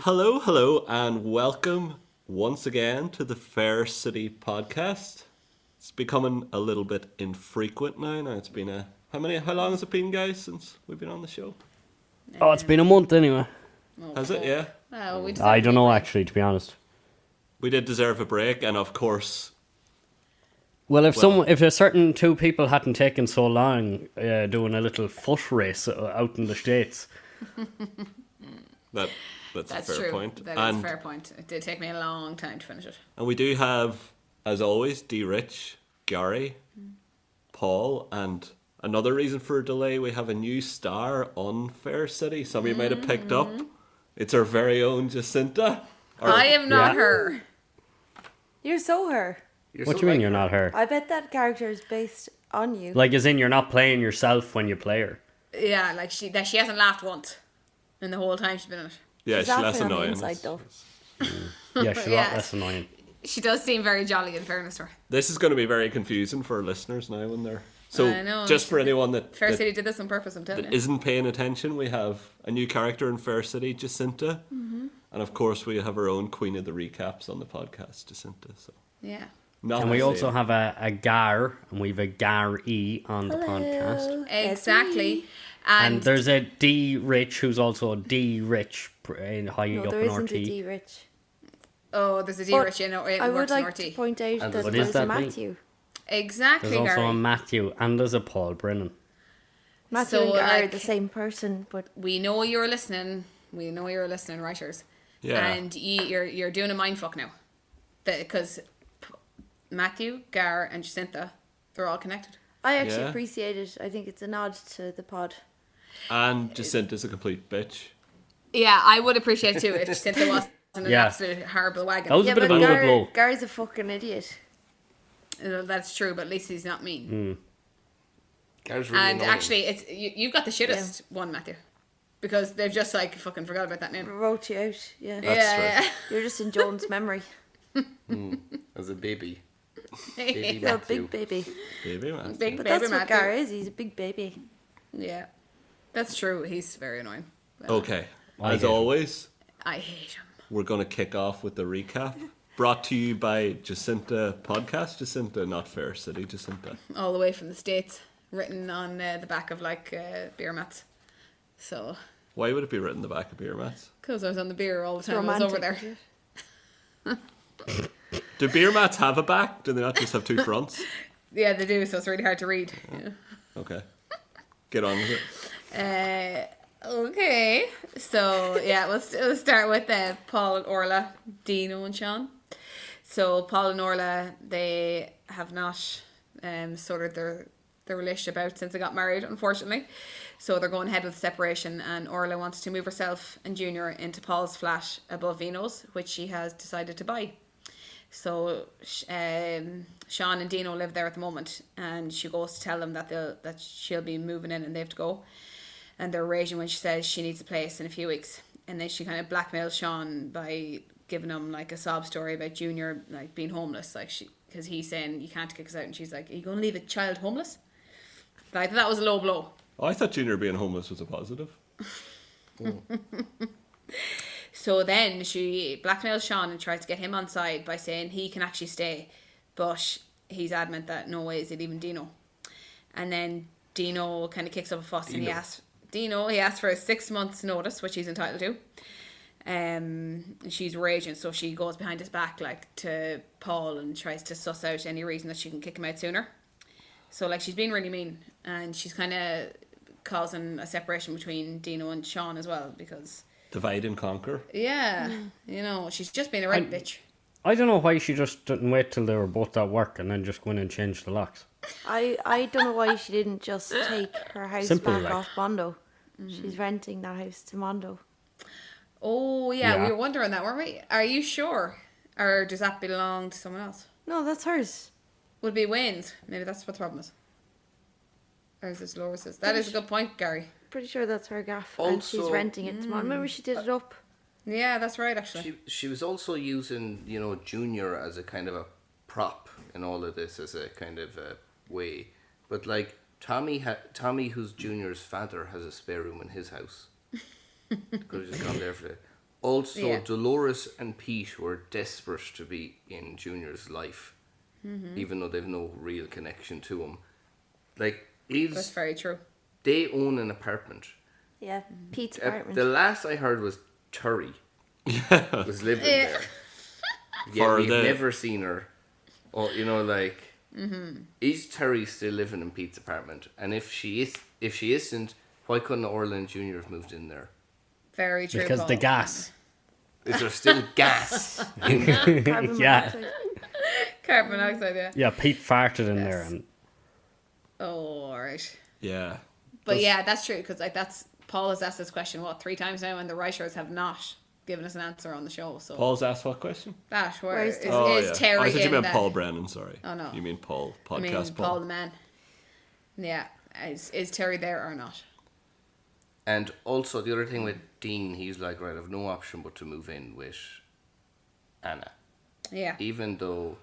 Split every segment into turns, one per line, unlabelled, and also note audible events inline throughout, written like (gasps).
hello, and welcome once again to the Fair City podcast. It's becoming a little bit infrequent now. Now it's been a how many? How long has it been, guys, since we've been on the show?
Oh, it's been a month anyway.
Oh,
Has it?
fuck.
Yeah.
Well,
Mm.
we
I
deserve
don't know actually, to be honest.
We did deserve a break, and of course,
Well, if some if a certain two people hadn't taken so long uh, doing a little foot race uh, out in the states,
that that's,
That's
a fair
true.
point.
That is
and
a fair point. It did take me a long time to finish it.
and we do have, as always, D. Rich, Gary, Paul, and another reason for a delay. We have a new star on Fair City. Some of you might have picked up.
Mm.
It's our very own Jacinta. Our-
I am not
Yeah.
her.
You're so her.
what do you mean you're not her?
I bet that character is based on you.
Like, as in you're not playing yourself when you play
(laughs)
her.
Yeah, like she that she hasn't laughed once in the whole time she's been in it.
Yeah, she's
She's laughing
less
on the
annoying.
inside, though.
Yeah, she's a lot
Yes.
less annoying.
She does seem very jolly, in fairness to her.
This is going to be very confusing for our listeners now when they're. So,
I know,
just
it's
for
a bit-
anyone that,
Fair
that,
City did this on purpose, I'm telling
that
you.
isn't paying attention, we have a new character in Fair City, Jacinta.
Mm-hmm.
And of course, we have our own Queen of the Recaps on the podcast, Jacinta. So,
Yeah.
not
Oh,
And we
the
also
same.
have a, a Gar, and we've a Gar E on the podcast.
Exactly.
And,
And,
there's a D Rich who's also a D Rich pr- in high
No,
up
there
in
isn't a
RT.
D rich.
oh, there's a D
But
Rich in it
I would
works in
like
RT.
to point out
And
that
what
there's
does that
a
mean?
Matthew.
Exactly,
There's also
Gary.
a Matthew, and there's a Paul Brennan.
Matthew
So,
and Gar are
like-
the same person, but
we know you're listening. We know you're listening, writers.
Yeah.
And you, you're you're doing a mind fuck now, because Matthew, Gar, and Jacinta, they're all connected.
I actually
Yeah.
appreciate it. I think it's a nod to the pod.
And Jacinta's a complete bitch.
Yeah, I would appreciate too if (laughs) Jacinta wasn't an
Yeah.
absolute horrible wagon.
That was a
Yeah,
bit
but
of an
Gar,
overblow.
Gar's a fucking idiot.
Uh, That's true, but at least he's not mean.
Gar's really
and
annoying.
actually, it's you, you've got the shittest one, Matthew, because they've just like fucking forgot about that name.
Wrote you out. Yeah.
yeah,
You're just in Joan's memory.
as a baby,
yeah. (laughs)
baby
You're a
Matthew.
big baby.
Baby man.
big
But
baby
that's what
Matthew.
Gar is. He's a big baby.
Yeah, that's true. He's very annoying.
Okay.
I
As
hate him.
always,
I hate him.
we're going to kick off with the recap. Brought to you by Jacinta Podcast. Jacinta, not Fair City, Jacinta.
all the way from the states, written on uh, the back of like uh, beer mats. So,
Why would it be written in the back of your mats?
because I was on the beer all the
It's
time, I
romantic.
was over there.
isn't it?
Do beer mats have a back? Do they not just have two fronts?
Yeah, they do. So it's really hard to read.
Okay. Get on with it.
Uh, okay, so yeah, let's, let's start with uh, Paul and Orla, Dino and Sean. So Paul and Orla, they have not um, sorted their their relationship out since they got married, unfortunately. So they're going ahead with separation, and Orla wants to move herself and Junior into Paul's flat above Vino's, which she has decided to buy. So sh- um, Sean and Dino live there at the moment, and she goes to tell them that they'll that she'll be moving in and they have to go. And they're raging when she says she needs a place in a few weeks, and then she kind of blackmails Sean by giving him like a sob story about Junior like being homeless, like she because he's saying you can't kick us out, and she's like, "Are you gonna leave a child homeless?" Like that was a low blow.
Oh, I thought Junior being homeless was a positive.
So then she blackmails Sean and tries to get him on side by saying he can actually stay, but he's adamant that no way is it even Dino. And then Dino kind of kicks up a fuss and he
Dino.
asks Dino he asks for a six months notice, which he's entitled to. Um, and she's raging, so she goes behind his back like to Paul and tries to suss out any reason that she can kick him out sooner. So like she's being really mean, and she's kind of causing a separation between Dino and Sean as well because
Divide and conquer.
yeah,
Mm.
you know, she's just been a right bitch.
I don't know why she just didn't wait till they were both at work and then just go in and change the locks.
I, I don't know why she didn't just take her house
Simple,
back
like.
off Mondo.
Mm-hmm.
She's renting that house to Mondo.
Oh yeah,
Yeah.
we were wondering that, weren't we? Are you sure, or does that belong to someone else?
No, that's hers.
Would be Wayne's. Maybe that's what the problem is. Or is this Loris's? That is a good point, Gary.
Pretty sure that's her gaff, and she's
Also-
renting it tomorrow. Remember, she did it up.
Yeah, that's right. Actually,
She, she was also using, you know, Junior as a kind of a prop in all of this, as a kind of a way. But like Tommy, ha-
(laughs)
Tommy, who's Junior's father, has a spare room in his house. Could have just gone there for that. Also,
Yeah.
Dolores and Pete were desperate to be in Junior's life,
Mm-hmm.
even though they've no real connection to him. Like,
That's
Eve's,
very true.
they own an apartment.
Yeah, Pete's
Uh,
apartment.
the last I heard was Turry was living
Yeah.
there. Yet
For
we've
the-
never seen her. Or you know, like is Turry still living in Pete's apartment? And if she is, if she isn't, why couldn't Orland Junior have moved in there?
Very true.
because the
Paul.
gas. (laughs)
Is there still gas? In there?
Carbon
Yeah.
monoxide.
Carbon monoxide, yeah.
Yeah, Pete farted in there,
Yes.
and
Oh, all right.
Yeah.
But yeah, that's true because like that's Paul has asked this question what three times now, and the writers have not given us an answer on the show. So
Paul's asked what question?
that where
Where's
is,
the-
Oh,
is
yeah.
Terry
I thought you
in
meant
that?
Paul Brennan, sorry.
Oh, no.
You mean Paul,
I mean,
podcast
Paul.
Paul.
the man. Yeah, is is Terry there or not?
(laughs) and also the other thing with Dean, he's like, right, I've no option but to move in with Anna.
Yeah, (laughs)
even though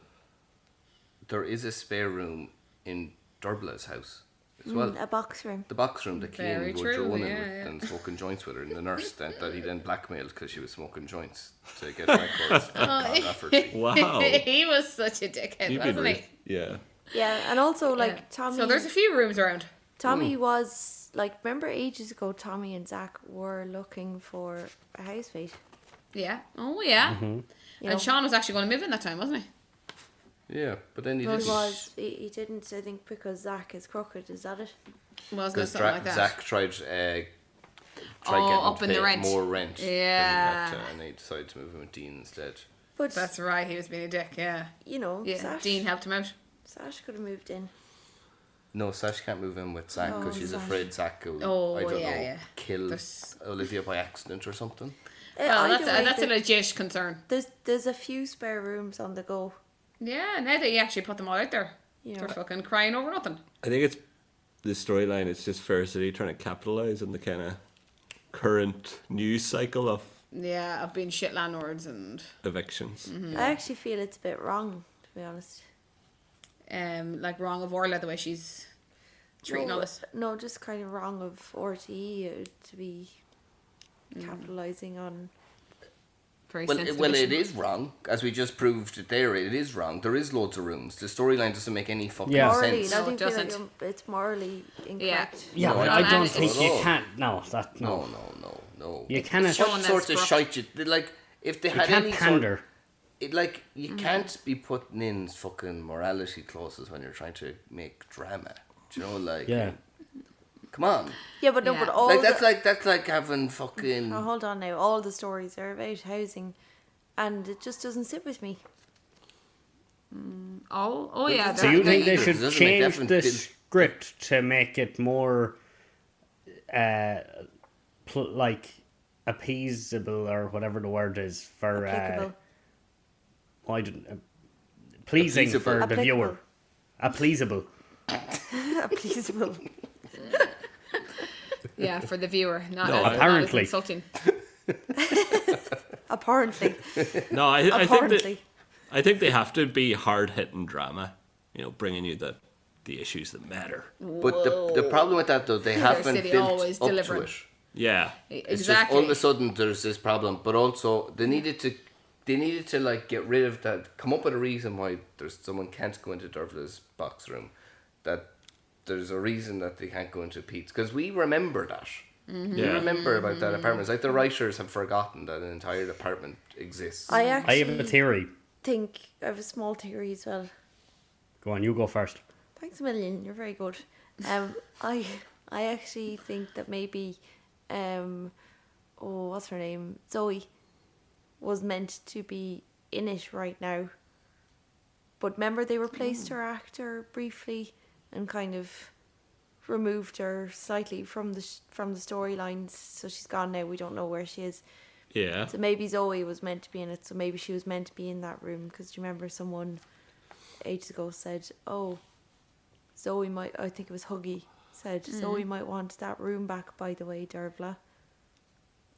there is a spare room in Durbla's house as well.
A box room.
The box room that Kane
Very
would
true,
drone in
yeah,
with
yeah.
and smoking joints with her, and the nurse that, that he then blackmailed because she was smoking joints
(laughs)
to get records from Pat Lafferty.
Wow.
he was such a dickhead,
You've been
wasn't
re-
he?
yeah.
Yeah, and also like
Yeah.
Tommy.
So there's a few rooms around.
Tommy
Mm.
was like remember ages ago. Tommy and Zach were looking for a housemate.
Yeah. Oh yeah.
Mm-hmm.
You know,
And Sean was actually going to move in that time, wasn't he?
Yeah, but then he
he
didn't.
was. He, he didn't. I think because Zach is crooked. Is that it?
Wasn't it
Because
something like that?
Zach tried, uh, tried
Oh,
getting
up
to
in the
pay
rent.
more rent. than he
Yeah.
had to, and they decided to move him with Dean instead.
But
That's right. He was being a dick. Yeah.
you know,
Yeah.
Sash,
Dean helped him out.
Sash could have moved in.
No, Sash can't move in with Zach because
Oh,
she's
Sash.
afraid Zach will,
Oh,
I don't
yeah,
know,
yeah.
kill
There's-
Olivia by accident or something.
Oh,
Uh, either
that's
way,
uh, that's a
there-
legit concern.
there's there's a few spare rooms on the go.
Yeah, now that you actually put them all out there,
You know.
they're fucking crying over nothing.
I think it's the storyline. It's just Fair City trying to capitalize on the kind of current news cycle of
Yeah, I've been shit landlords and
evictions.
I actually feel it's a bit wrong, to be honest.
um like wrong of Orla the way she's treating
no,
all this.
No, just kind of wrong of RTE uh, to be capitalizing on.
Very
Well, it,
sensitive
well, it
issue.
is wrong, as we just proved it there. It is wrong. There is loads of rooms. The storyline doesn't make any fucking
Yeah.
Morally,
sense.
I
No,
do
it
feel like
doesn't.
um, it's morally incorrect.
yeah,
No,
but
I
I
don't
don't
think
think
so at
you
all.
can't. No, that no.
No, no, no, no.
You cannot.
showing
what
that
sort of
scruff.
shite you they- like? If they
You
had
can't
any
pander.
sort, it, like
Mm-hmm.
you can't be putting in fucking morality clauses when you're trying to make drama. Do you know, like
Yeah.
come on,
Yeah, but no,
Yeah.
but all
like that's
the,
like that's like having fucking.
Oh,
Now, hold on now. All the stories are about housing, and it just doesn't sit with me.
Oh, oh yeah.
So
that-
you
that
think they
either
should
doesn't make
change
difference
the
in-
script to make it more, uh, pl- like appeasable or whatever the word is for uh,
Applicable.
why didn't uh, pleasing for the
Applicable.
viewer, a pleasable.
Applicable. (laughs)
yeah, for the viewer, not
No,
as- not as
apparently.
insulting.
Apparently.
No, I, I think that,
Apparently.
I think they have to be hard hitting drama. You know, bringing you the the issues that matter.
But the, the problem with that though, they haven't
City
built
always
up
delivering.
to it.
Yeah.
It's
Exactly.
just all of a sudden there's this problem, but also they needed to they needed to like get rid of that. Come up with a reason why there's someone can't go into Dervla's box room. That there's a reason that they can't go into Pete's because we remember that. We
Yeah.
remember about
Mm-hmm.
that apartment. It's like the writers have forgotten that an entire apartment exists.
I
I
actually
have a theory.
think I have a small theory as well.
Go on, you go first.
Thanks a million. You're very good. Um, I I actually think that maybe, um, oh, what's her name? Zoe was meant to be in it right now. But remember, they replaced her actor briefly and kind of removed her slightly from the sh- from the storylines. So she's gone now. We don't know where she is.
Yeah.
So maybe Zoe was meant to be in it. So maybe she was meant to be in that room because you remember someone ages ago said, "Oh, Zoe might." I think it was Huggy said
Mm.
Zoe might want that room back. By the way, Dervla,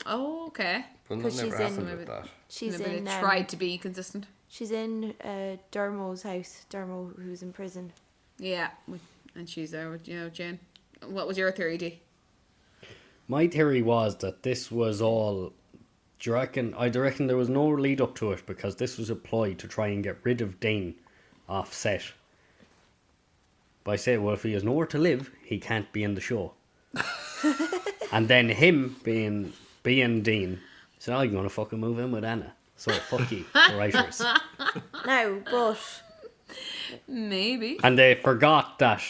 Oh, okay.
Well, that
'Cause
never
she's in-
happened with that.
she's
Maybe
in.
they
Um,
tried to be consistent.
She's in uh, Dermo's house. Dermo, who's in prison.
Yeah, we- and she's there with you know Jane. What was your theory, D?
My theory was that this was all Do you reckon? I do reckon there was no lead up to it because this was a ploy to try and get rid of Dane off set. By saying, well, if he has nowhere to live, he can't be in the show. and then him being being Dean said, I'm going to fucking move in with Anna. So fuck you, the writers.
No,
(coughs)
but
Maybe.
And they forgot that.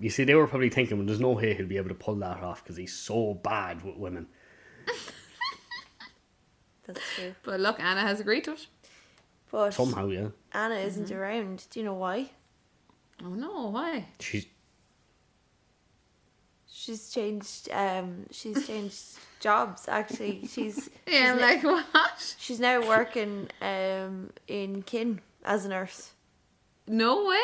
You see, they were probably thinking, well, there's no way he'll be able to pull that off because he's so bad with women.
that's true.
But look, Anna has agreed to it.
But
Somehow, yeah.
Anna
Mm-hmm.
isn't around. Do you know why?
Oh no, why?
She's
She's changed. Um, she's changed jobs. Actually, she's
(laughs) Yeah,
she's,
I'm
no-
like (laughs) what?
she's now working um in Kin as a nurse.
No way.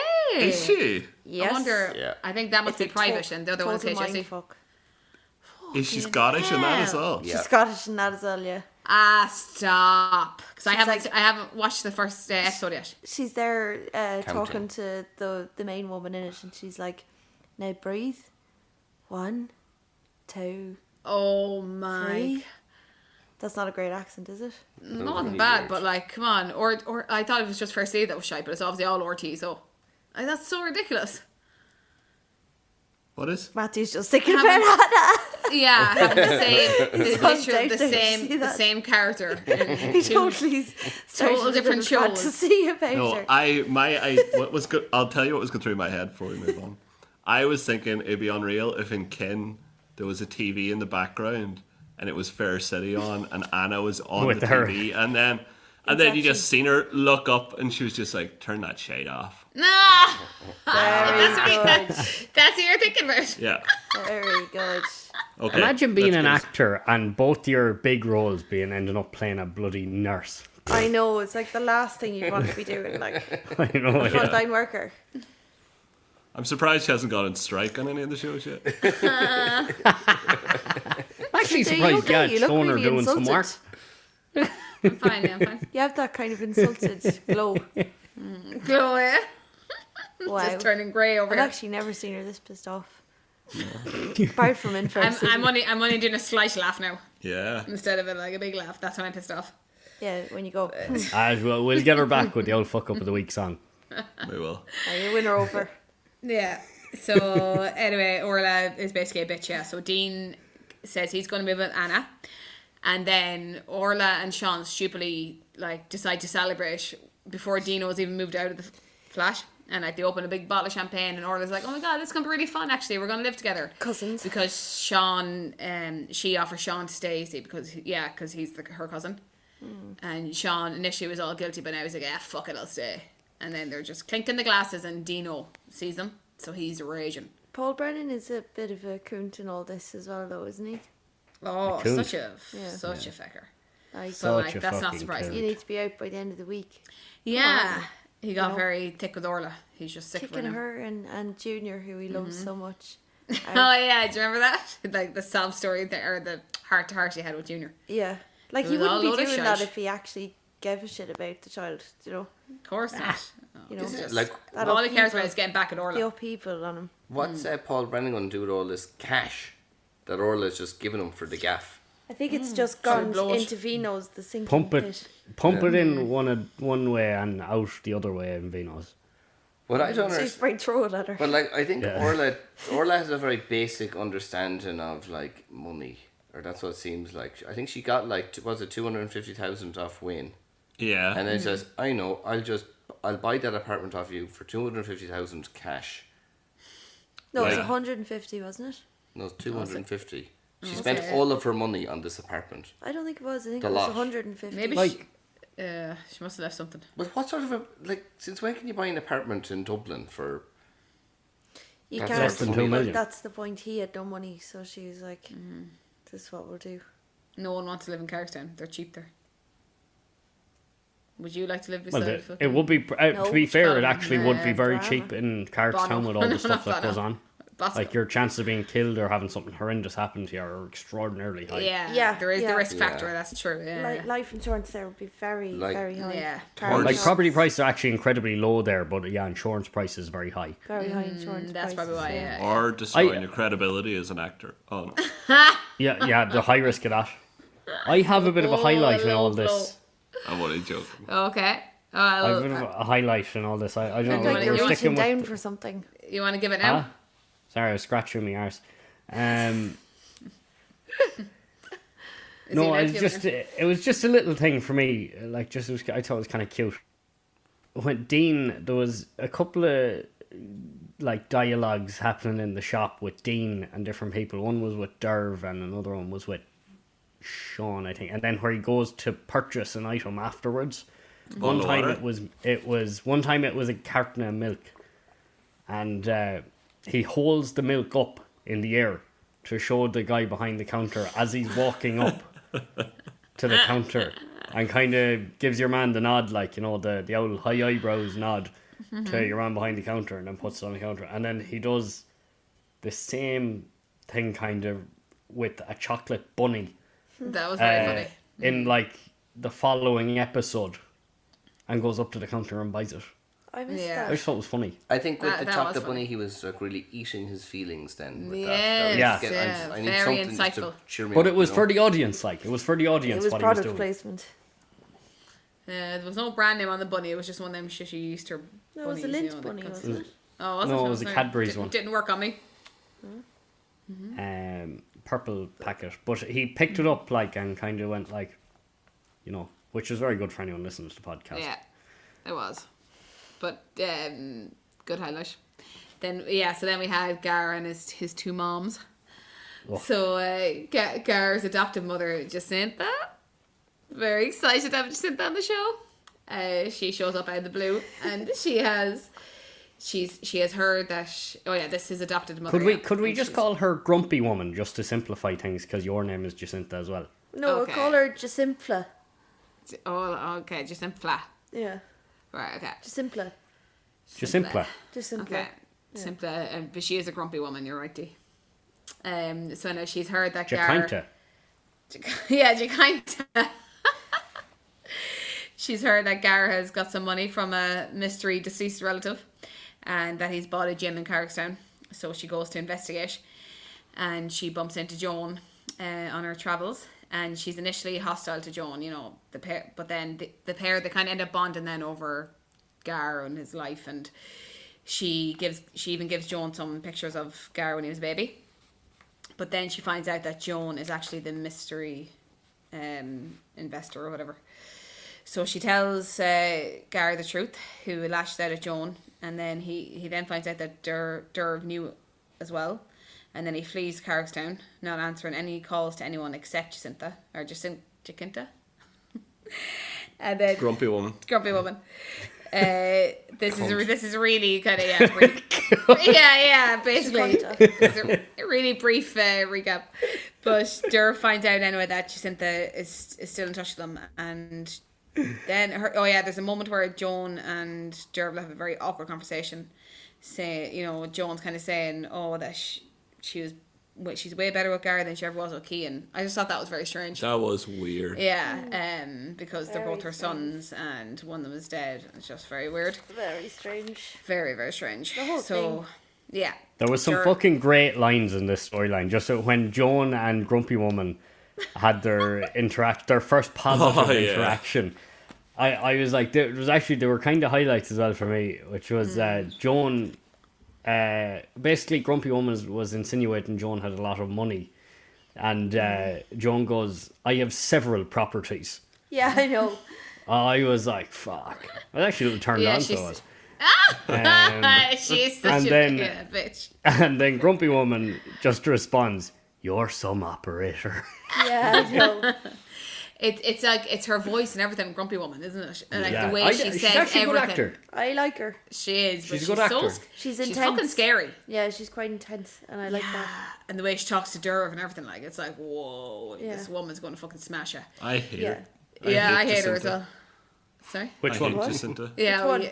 Is she?
Yes.
I wonder.
Yeah.
I think that must
It's a
be private,
tot-
and the other one's
total
HSE.
mindfuck.
Is she Scottish in that as well?
Yeah.
She's Scottish and that as well. Yeah,
Ah, stop! Because I
She's
haven't,
like-
I haven't watched the first uh, episode yet.
she's there uh,
Counting.
talking to the the main woman in it, and she's like, "Now breathe, one, two,
Oh my!
three. That's not a great accent, is it?
Not
really
bad,
weird.
but like, come on. Or, or I thought it was just first aid that was shy, but it's obviously all RT. So, like, that's so ridiculous.
What is?
Matthew's just thinking about
Haven't-
that.
(laughs)
(laughs)
Yeah, having the same, (laughs) the, literally
so
the
outdated, you see
same, the
that?
same character.
(laughs) He (laughs) totally started
Total
a
different
little
shows.
fantasy about
No,
her.
I my I what was good. I'll tell you what was going through my head before we move on. I was thinking it'd be unreal if in Ken there was a TV in the background and it was Fair City on and Anna was on
With
the
her.
TV and then and then you just seen her look up and she was just like turn that shade off.
Nah,
Oh
that's what he-
Very good.
that's, that's what you're thinking
(laughs)
about.
Yeah.
Very good.
Okay.
Imagine being
let's
an
get us-
actor and both your big roles being ending up playing a bloody nurse.
I know it's like the last thing you'd want to be doing,
(laughs)
like
I know. yeah.
frontline worker.
I'm surprised she hasn't gone on strike on any of the shows yet.
I'm actually
So you
surprised
look-
Gad
you look
Stoner
really
doing some
insulted.
work.
I'm fine, yeah, I'm (laughs) fine.
You have that kind of insulted
(laughs)
glow.
Chloe,
Wow.
just turning grey over
I've
here.
actually never seen her this pissed off. (laughs) Apart from in
I'm,
Fair City.
I'm only, I'm only doing a slight laugh now
Yeah.
instead of a, like a big laugh. That's when I'm pissed off.
Yeah, when you go, "Hmm,
As Ah, well, we'll get her back with the old fuck up of the week
(laughs)
song.
We will.
now you win her over.
Yeah. So anyway, Orla is basically a bitch. Yeah. So Dean says he's going to move with Anna, and then Orla and Sean stupidly like decide to celebrate before Dino's even moved out of the f- flat. And like they open a big bottle of champagne, and Orla's like, "Oh my god, this is gonna be really fun. Actually, we're gonna live together."
Cousins.
Because Sean, um, she offers Sean to stay. See, because yeah, because he's the, her cousin. And Sean initially was all guilty, but now he's like, yeah, fuck it, I'll stay. And then they're just clinking the glasses, and Dino sees them, so he's raging.
Paul Brennan is a bit of a coont in all this as well, though, isn't he?
Oh,
coon.
such a
Yeah.
such a fecker.
Like,
But
Such
like,
a
that's not
fucking
surprising.
coon.
you need to be out by the end of the week.
Yeah, he got
know.
very thick with Orla. He's just sick
Kicking
with (laughs) her.
her and, and Junior, who he loves
Mm-hmm.
so much.
Oh yeah, do you remember that? (laughs) like the sob story there, or the heart to heart she had with Junior. (laughs)
Yeah. Like,
It
he
was all
wouldn't be
load of
doing that
shite.
if he actually gave a shit about the child, you know?
Of course not. Oh,
Ah. You know,
it's just-
Like,
That
all he cares
upheaval-
about is getting back at Orla.
The upheaval on him.
what's uh, Paul Brennan going to do with all this cash that Orla's just giving him for the gaff?
I think it's
Mm.
just gone
blow it.
into Vino's, the sinking
Pump it,
pit.
pump it
Mm.
in one a- one way and out the other way in Venus.
What I don't
So (laughs)
understand.
he's probably throw it at her.
But like I think
Yeah.
Orla Orla has a very basic understanding of like money, or that's what it seems like. I think she got like t- was it two hundred and fifty thousand off Wayne,
Yeah.
and then says, "I know, I'll just I'll buy that apartment off you for two hundred and fifty thousand cash."
no, it was
Yeah.
150, wasn't it?
No, two hundred and fifty. She
Oh,
spent
okay.
all of her money on this apartment.
I don't think it was. I think
The
it was
lot.
150.
Maybe
Like-
she, uh, she must have left something.
But what sort of a like? Since when can you buy an apartment in Dublin for?
you
That's
can't.
less than two
but
million.
That's the point. He had no money, so she's like,
Mm.
"This is what we'll do."
No one wants to live in Carrickstown. They're cheap there. Would you like to live
Well,
beside
the,
fucking
it would be. pr- Uh, to be fair,
No,
it
Scotland,
actually would be
uh,
very
Drama.
cheap in Carrickstown
Bonham.
(laughs)
with all
No,
the stuff
not
that goes on.
Bonham. Bosco?
Like your chances of being killed or having something horrendous happen to you are extraordinarily high.
yeah,
Yeah,
there is
yeah.
the risk
Yeah.
factor. That's true. Yeah,
Li- life insurance there would be very,
Like-
very high.
Yeah.
Car
Or
Like
insurance,
property prices are actually incredibly low there, but yeah, insurance price is very high.
Very high insurance.
Mm, that's probably
prices.
why. Yeah,
Or destroying
I- (laughs)
your credibility as an actor. Oh, no.
Yeah, yeah, the high risk of that. I have a bit of a
Oh,
highlight in
low
all this.
I'm only joking.
Okay. Uh,
I have
Well,
a bit of a highlight in all this. I, I don't
Sounds
know.
Oh. like
like
we're
you're
you're
reaching
sticking with
down
the-
for something.
you want to give it
Huh?
now?
Sorry, I was scratching my arse.
(laughs)
Um,
Is he
no,
an
I was
Archie
just
Bunker?
it was just a little thing for me. Like, just it was, I thought it was kind of cute. When Dean, there was a couple of like dialogues happening in the shop with Dean and different people. One was with Derv, and another one was with Sean, I think. And then where he goes to purchase an item afterwards.
Bottle
One
of
time
water?
it was it was one time it was a carton of milk, and uh, he holds the milk up in the air to show the guy behind the counter as he's walking up to the counter and kind of gives your man the nod, like you know the the old high eyebrows nod to your man behind the counter, and then puts it on the counter, and then he does the same thing kind of with a chocolate bunny
That was very
uh,
funny.
in like the following episode and goes up to the counter and buys it.
I missed
Yeah.
I
that.
just thought it was funny.
I think with
That-
the
that was
chocolate
funny.
bunny, he was like really eating his feelings then. With
Yes,
that.
Yeah.
that was- I
yeah,
just- I need
very
something just to
insightful.
cheer me
But
up,
it was
you know?
for the audience, like it was for the
It
audience
was
what he was
product
doing.
placement.
Uh, there was no brand name on the bunny. It was just one of them shitty Easter
No, it was a
bunnies, you
lint
know, that
bunny,
kind of-
wasn't it?
Oh, was
No,
it,
it was a
Sorry.
Cadbury's
didn't,
one.
Didn't work on me.
Um, purple packet. But he picked it up like and kind of went like, you know, which is very good for anyone listening to the podcast.
Yeah, it was. But um, good highlight. Then yeah, so then we had Gar and his his two moms.
Oh.
So uh, Ga- Gar's adoptive mother Jacinta, very excited to have Jacinta on the show. Uh, she shows up out of the blue, and she has. She's she has heard that sh oh yeah this is adopted mother.
Could we
yeah.
could we
And
just
she's-
call her Grumpy Woman just to simplify things? Because your name is Jacinta as well.
No,
Okay.
we'll call her Jasimpla.
oh okay Jacinta
Yeah,
right okay
Jasimpla.
Jacinta.
Jasimpla.
Okay. Simply, um, but she is a grumpy woman. You're right, Dee. Um, so now she's heard that
Jacinta.
Gar, (laughs) yeah, Jacinta. she's heard that Gar has got some money from a mystery deceased relative, and that he's bought a gym in Carrickstown. So she goes to investigate, and she bumps into Joan uh, on her travels. And she's initially hostile to Joan, you know, the pair, but then the, the pair they kind of end up bonding then over Gar and his life, and she gives she even gives Joan some pictures of Gar when he was a baby. But then she finds out that Joan is actually the mystery um, investor or whatever. So she tells uh, Gar the truth, who lashes out at Joan, and then he, he then finds out that Dur Durv knew as well, and then he flees Carrickstown, not answering any calls to anyone except Jacinta or Jacin- Jacinta. (laughs) and then
Grumpy woman.
grumpy woman. Uh, this is this is really kind of yeah, brief. yeah, yeah. Basically, it's a- a really brief uh, recap. But Dur finds out anyway that Jacinta is is still in touch with them, and then her oh yeah, there's a moment where Joan and Dur have a very awkward conversation. Say you know Joan's kind of saying oh that she, she was wa- she's way better with Gary than she ever was with Kean. I just thought that was very strange.
That was weird.
Yeah, um, because they're
Mm. Very
both her sons, and one of them is dead. It's just very weird,
Very strange.
very very strange.
The whole
so, yeah,
There was some
Sure. (laughs)
fucking great lines in this storyline. Just so when Joan and Grumpy Woman had their
(laughs)
interact, their first positive
Oh, yeah.
interaction, I, I was like, there was actually there were kind of highlights as well for me, which was uh,
Hmm.
Joan. Uh, basically, Grumpy Woman was, was insinuating Joan had a lot of money, and uh,
Hmm.
Joan goes, "I have several properties."
Yeah, I know.
I was like, "Fuck!" I was actually turned
Yeah,
on, so
she's-
I was. Um,
she's such
and
a
then-
yeah, bitch.
(laughs) and then Grumpy Woman just responds, "You're some operator."
Yeah,
(laughs)
I know.
It's it's like it's her voice and everything, grumpy woman, isn't it? And like the way
I-
she
she's
says
actually a
everything.
good actor.
I like her.
She is. But
She's
she's
a good
So,
actor.
sc-
She's
she's
intense.
fucking scary,
Yeah, she's quite intense, and I like that.
and the way she talks to Durv and everything, like it's like whoa,
Yeah.
this woman's going to fucking smash her.
I hate
Yeah.
her.
yeah, I hate her as
Jacinta.
well. Sorry.
Which
I hate
one?
What?
Jacinta.
Yeah,
one?
yeah.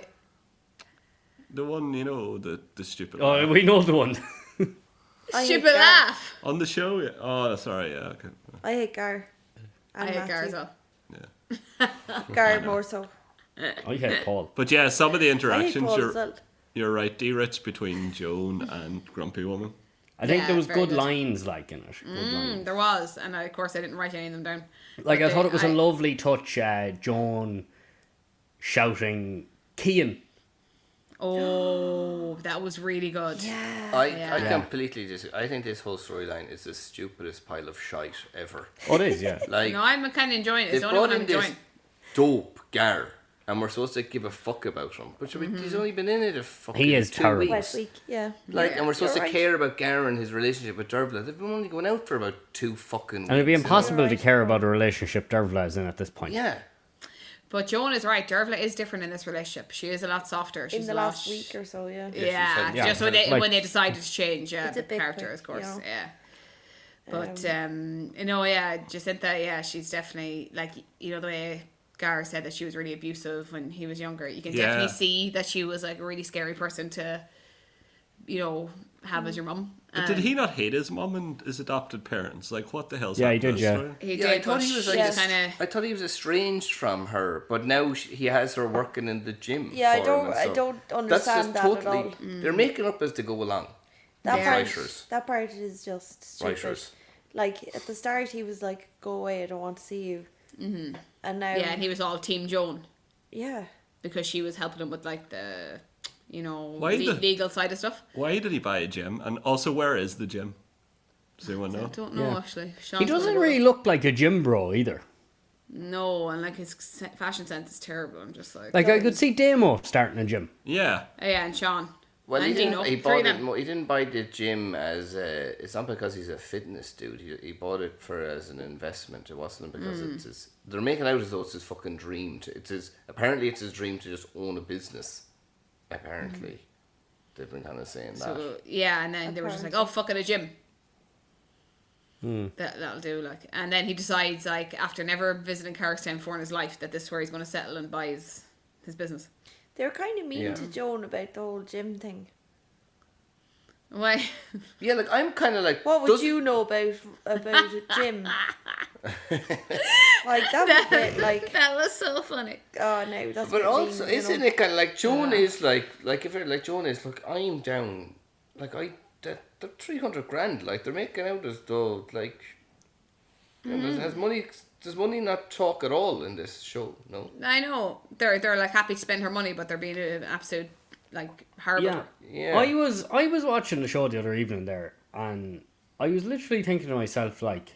The one, you know, the, the stupid
Oh,
laugh.
we know the (laughs) one.
I hate
Stupid
Gar.
laugh.
On the show? Yeah. Oh, sorry, yeah. Okay.
I hate Gar. And
I hate Gar
Matthew.
as well.
yeah.
Gar more so.
I hate Oh, Paul.
But yeah, some of the
I hate
interactions,
Paul as
you're,
well.
you're right, D-Rich, between Joan and Grumpy Woman.
I think
Yeah,
there was
very
good,
good.
lines like in it. Good lines.
Mm, there was, and I, of course I didn't write any of them down.
Like
But
I
they-
thought it was a lovely touch. Uh, John shouting, "Kean,
(gasps)
Oh, that was really good.
Yeah.
I, I
Yeah.
completely disagree. I think this whole storyline is the stupidest pile of shite ever.
oh, it is yeah."
Like
No, I'm kind of enjoying it.
they
It's the only
brought
one I'm
in this
enjoying.
dope Gar, and we're supposed to give a fuck about him, but
Mm-hmm.
he's only been in it a fucking
He is
two
terrible.
weeks.
Last week, yeah.
Like,
Yeah,
and we're supposed to
you're right.
care about Gar and his relationship with Dervla. They've been only going out for about two
(laughs)
fucking.
And it'd be
weeks, you know?
impossible to
right.
care about a relationship Dervla is in at this point.
Yeah,
But Joan is right. Dervla is different in this relationship. She is a lot softer. She's
In the
a lot,
last week or so, yeah.
she's
yeah,
had- Yeah,
just when
but
they
like-
when they decided to change yeah,
It's a
the
big
character,
thing,
of course,
you know.
yeah. But um, you know, yeah, Jacinta, yeah, she's definitely like you know the way Gar said that she was really abusive when he was younger. You can
Yeah.
definitely see that she was like a really scary person to, you know, have
Mm-hmm.
as your mum.
But did he not hate his mum and his adopted parents? Like, what the hell's
Yeah, he
happened
did,
to this
yeah.
story?
He
yeah.
did.
I thought he was like.
Yes.
kind of.
I thought he was estranged from her, but now she, he has her working in the gym.
Yeah, I
for him
don't-
and
I
stuff.
don't
That's just
understand that at
totally.
all.
They're
Mm.
making up as they go along.
That
Yeah.
part,
Writers.
that part is just stupid.
Writers.
Like at the start, he was like, "Go away, I don't want to see you," mm-hmm. and now,
Yeah, and he was all Team Joan
yeah.
because she was helping him with like the, you know,
Why
le-
the-
legal side of stuff.
Why did he buy a gym? And also, where is the gym? Does anyone
I
know?
don't know
Yeah.
actually.
He
Sean's
doesn't
older.
really look like a gym bro either.
No, and like his se- fashion sense is terrible. I'm just like,
Like I could see Demo starting a gym.
Yeah.
Oh, yeah, and Sean.
Well, he
and
didn't,
Dino.
he,
Three
bought
of
it,
them.
mo- he didn't buy the gym as a. It's not because he's a fitness dude. He, he bought it for as an investment. It wasn't because
Hmm.
it's his. They're making out as though it's his fucking dream. To, it's his. Apparently, it's his dream to just own a business. Apparently, they've been kind of saying that.
Hmm. So, yeah, and then they were just like, oh, fuck it, a gym.
Hmm.
That, that'll do, like. And then he decides, like, after never visiting Carrickstown for in his life, that this is where he's going to settle and buy his, his business.
They were kind of mean
Yeah.
to Joan about the whole gym thing.
Why? (laughs)
yeah, like I'm kind of like.
What would
does-
you know about about a gym? like that was a bit like
that was so funny.
oh no, that's.
But
a bit
also,
mean, you
isn't
know?
it kind of like Joan is like like if it, like Joan is look, I'm down, like I that the three hundred grand, like they're making out as though like, you know, there's- has money does money not talk at all in this show? No,
I know. They're, they're like, happy to spend her money, but they're being an absolute, like, harbour.
Yeah.
Yeah.
I was I was watching the show the other evening there and I was literally thinking to myself like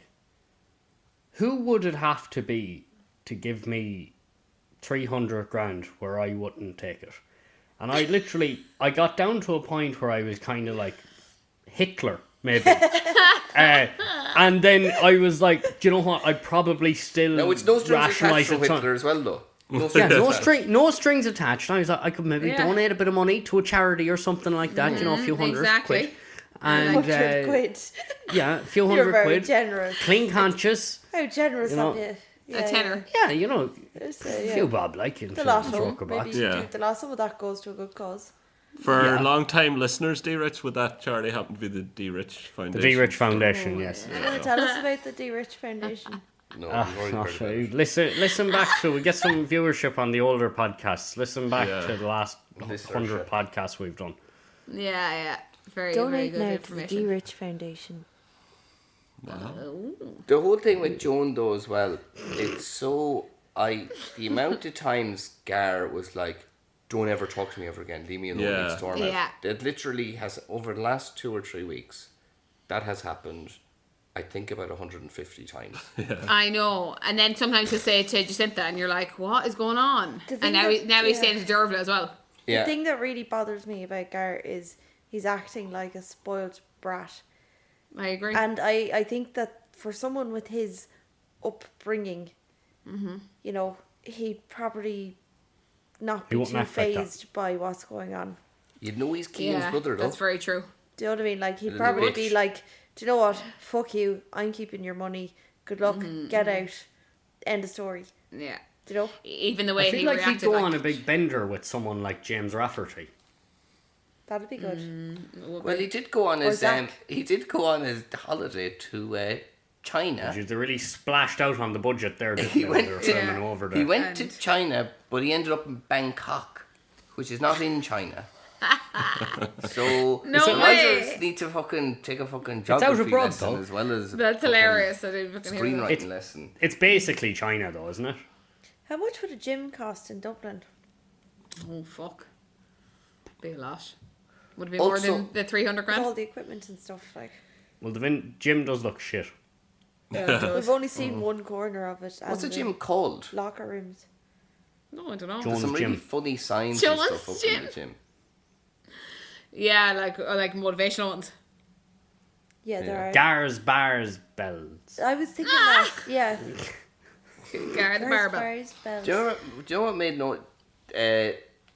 who would it have to be to give me 300 grand where I wouldn't take it? And I literally I got down to a point where I was kind of like Hitler maybe. Uh, and then I was like, do you know what? I probably still
no, it's no strings attached
rationalise
for
it some-
Hitler as well though. (laughs) No strings
yeah, no
attached.
string, no strings attached. And I was like, I could maybe
Yeah. Mm-hmm,
donate a bit of money to a charity or something like that. you know, a few hundred
exactly.
quid. And uh,
Hundred quid.
yeah, a few
(laughs) You're
hundred
very
quid.
generous.
Clean conscious.
How generous
You know,
of you. Yeah,
A tenner.
Yeah, you know,
Yeah. So,
a
yeah.
few bob like in
The
children's
lotto.
rocker
Maybe
box.
you
Yeah.
do the lotto, but that goes to a good cause.
For
Yeah.
long-time listeners, D Rich, would that charity happen to be the D Rich
The
Foundation?
D Rich
Oh,
Foundation, yes.
Well, tell us about the D Rich Foundation.
No, (laughs)
Ah,
we've already heard
gosh,
about it.
listen, listen back
(laughs)
to we get some viewership on the older podcasts. Listen back
Yeah.
to the last
Listenership.
hundred podcasts we've done.
Yeah, yeah. Very, very
Donate
good
now to the
information.
D Rich Foundation.
Oh,
The whole thing with Joan though as well, it's so I the amount of times Gar was like, Don't ever talk to me ever again, leave me alone
Yeah.
yeah. storm
Yeah.
out. It literally has over the last two or three weeks, that has happened I think about hundred and fifty times.
I know. And then sometimes he'll say it to Jacinta, and you're like, what is going on?
The thing
And now,
that-
he, now he's
yeah.
saying it to Dervla as well.
yeah.
The thing that really bothers me about Gar is he's acting like a spoiled brat.
I agree.
And I, I think that for someone with his upbringing,
Mm-hmm.
you know, he'd probably not
He
be
wouldn't
too
act like that.
phased by what's going on.
you know he's Keenan's
yeah,
brother though.
that's very true.
Do you know what I mean? Like he'd
Little
probably
bitch.
be like, "Do you know what? Fuck you. I'm keeping your money. Good luck. Get
Mm-hmm.
out. End of story."
Yeah. E-,
Do you know?
Even the
I
way
feel
he
like he'd
reacted.
go
like,
on a big bender with someone like James Rafferty.
That'd be good.
Mm.
would
well
be-
he did go on
Or
his um,
Zach.
he did go on his holiday to uh, China.
They really splashed out on the budget
(laughs)
there. Didn't
He
they, when
went
they were
to-
filming over there.
He went to
And- (laughs)
China but he ended up in Bangkok, which is not in China. So
No
the
way.
writers need to fucking take a fucking
out
geography
abroad,
lesson
though.
as well as a
That's
fucking
hilarious. I didn't fucking hear that.
Screenwriting
It's-
lesson.
It's basically China, though, isn't it?
How much would a gym cost in Dublin?
Oh fuck. Be a lot. Would it be
Also-
more than the three hundred
With all
grand?
the equipment and stuff, like
Well, the vin- gym does look shit.
(laughs)
we've only seen
Oh.
one corner of it.
What's the
and
gym called?
Locker rooms.
No, I don't know.
Joan-
There's some really
Gym.
funny signs
Joan's
and stuff up in the gym.
Yeah, like uh, like motivational ones.
Yeah, there are.
Gars, bars, bells.
I was thinking
Ah!
that. Yeah.
(laughs)
Guard the barbell.
There's bars,
Do you,
bells.
know, do you know what made no? Uh,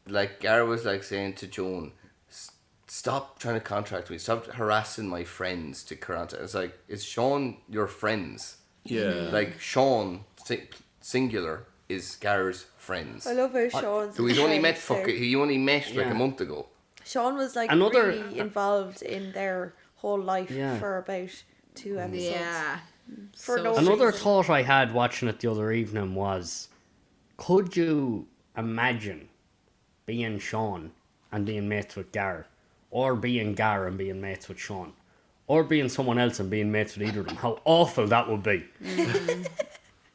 like Gara was like saying to Joan, "S- "Stop trying to contract me. Stop harassing my friends to contract." It's like is Sean your friends?
Yeah.
Like Sean si- singular is Gara's friends.
I love how Sean's.
Who he's only met
friends there.
fuck he only met like
Yeah.
a month ago.
Sean was like
Another-
really involved in their whole life
Yeah.
for about two episodes.
Yeah.
For
So
no
stupid.
Another thought I had watching it the other evening was could you imagine being Sean and being mates with Gar? Or being Gar and being mates with Sean? Or being someone else and being mates with either of them? How awful that would be.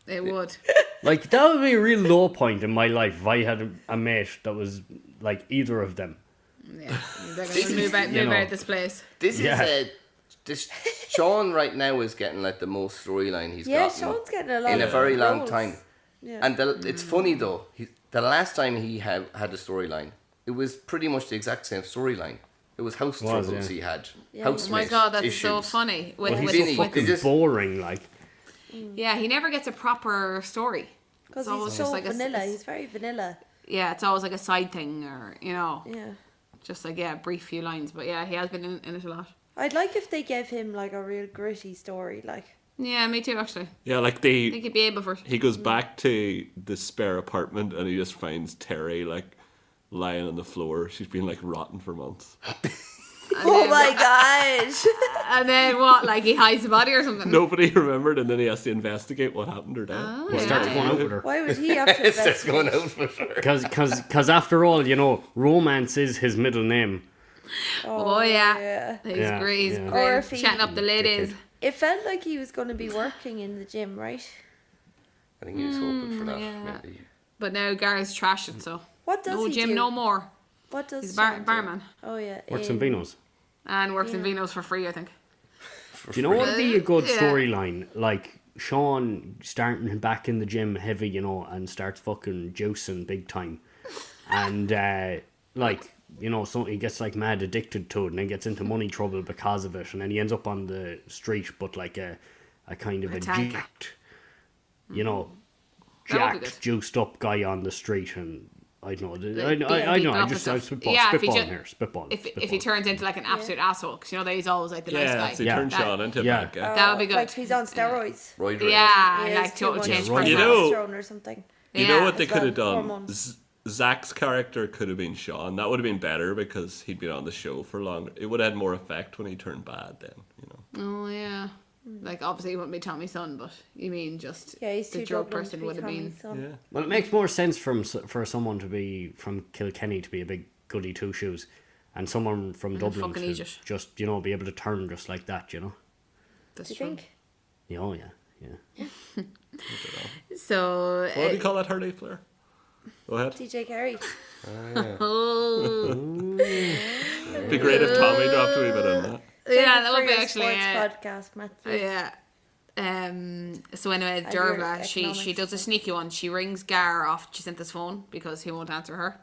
It would.
Like, that would be a real low point in my life if I had a, a mate that was like either of them.
Yeah. They're gonna move out,
You
move
know.
out this place.
This
Yeah.
is a this Sean right now is getting like the most storyline he's
Yeah,
gotten
Sean's getting a lot.
in a
of
very long
roles.
time.
Yeah. Mm.
And the, it's funny though. He, the last time he had had a storyline, it was pretty much the exact same storyline. It was house
Was,
troubles
yeah.
he had.
Yeah.
House
Oh my
mess
god, that's so
issues.
funny. With,
But
Well,
he's
with,
Vinny,
so
you
with,
could
fucking
just-
boring, like.
yeah, he never gets a proper story.
because
It's always
he's so
just like a s-
vanilla.
s-
he's very vanilla.
Yeah, it's always like a side thing, or you know,
Yeah.
just like yeah, brief few lines. But yeah, he has been in, in it a lot.
I'd like if they gave him like a real gritty story,
(laughs)
like
Yeah, me too. Actually,
Yeah, like
I think
the
he'd be able
(laughs)
for it.
he goes back to the spare apartment and he just finds Terry like lying on the floor. She's been like rotten for
(laughs)
months.
Oh (laughs) my gosh.
And then what? Like he hides the body or something?
Nobody remembered, and then he has to investigate what happened to her death.
Oh,
He
yeah.
starts going out with her.
Why would he have to
(laughs) (laughs) It's
invest?
just going out for sure.
Because cause, cause after all, you know, romance is his middle name.
Oh yeah, he's
Yeah,
great. He's
yeah.
great.
Or if he-
Chatting up the ladies.
Dickhead.
It felt like he was going to be working in the gym, right?
I think he was hoping for that.
Mm, yeah.
Maybe.
But now Gar's trashing, so
What does
no
he
gym,
do?
no more.
What does
He's a bar-
Sean do?
barman
Oh yeah.
Works in Vino's.
and works in Vino's for free. I think.
For
Do you know
free.
what would be a good
Yeah.
storyline? Like Sean starting back in the gym heavy, you know, and starts fucking juicing big time. And uh, like, you know, so he gets like mad addicted to it and then gets into money trouble because of it and then he ends up on the street but like a a kind of a
Attack.
jacked you know
Mm-hmm. That would be
jacked,
good.
juiced up guy on the street and I don't know. I,
Like,
I, I,
beating
know.
people
I
up
just
and
I'm
stuff.
spitball,
Yeah, if he
spitballing
ju-
here. Spitballing.
If if he
spitballing.
turns into like an absolute asshole, because you know that he's always like the
yeah,
nice
so
guy.
he
Yeah.
turns
That-
Sean into a
Yeah.
bad guy.
Uh, That would be
Like
good.
he's on steroids.
Roid rage.
Yeah,
He
and,
has
like
too
total
much
change.
Yeah, right.
You
personality.
know-
testosterone or something.
you
yeah.
know what they
as
could have
well,
done?
hormones.
Z- Zach's character could have been Sean. That would have been better because he'd been on the show for longer. It would have had more effect when he turned bad. Then you know.
Oh yeah. Like obviously he wouldn't be Tommy's son, but you mean just
Yeah, he's
the
too
drug
Dublin
person
to be
would have been.
Tommy's son.
Yeah.
Well, it makes more sense from s- for someone to be from Kilkenny to be a big goody two shoes, and someone from Dublin
fucking
to
idiot.
just you know be able to turn just like that. You know.
That's
Do you
true.
think?
Yeah, oh, yeah, yeah.
So
What do you
uh,
call that hurley player? Go ahead.
DJ Carey.
oh,
(laughs) It'd be great if Tommy dropped a wee bit on that.
yeah,
Thank
that
you for
would be
your
actually
sports
yeah.
podcast, Matthew.
yeah. Um. So anyway,
your
Dervla, she she
economics
does a sneaky one. She rings Gar off. She sent this phone because he won't answer her,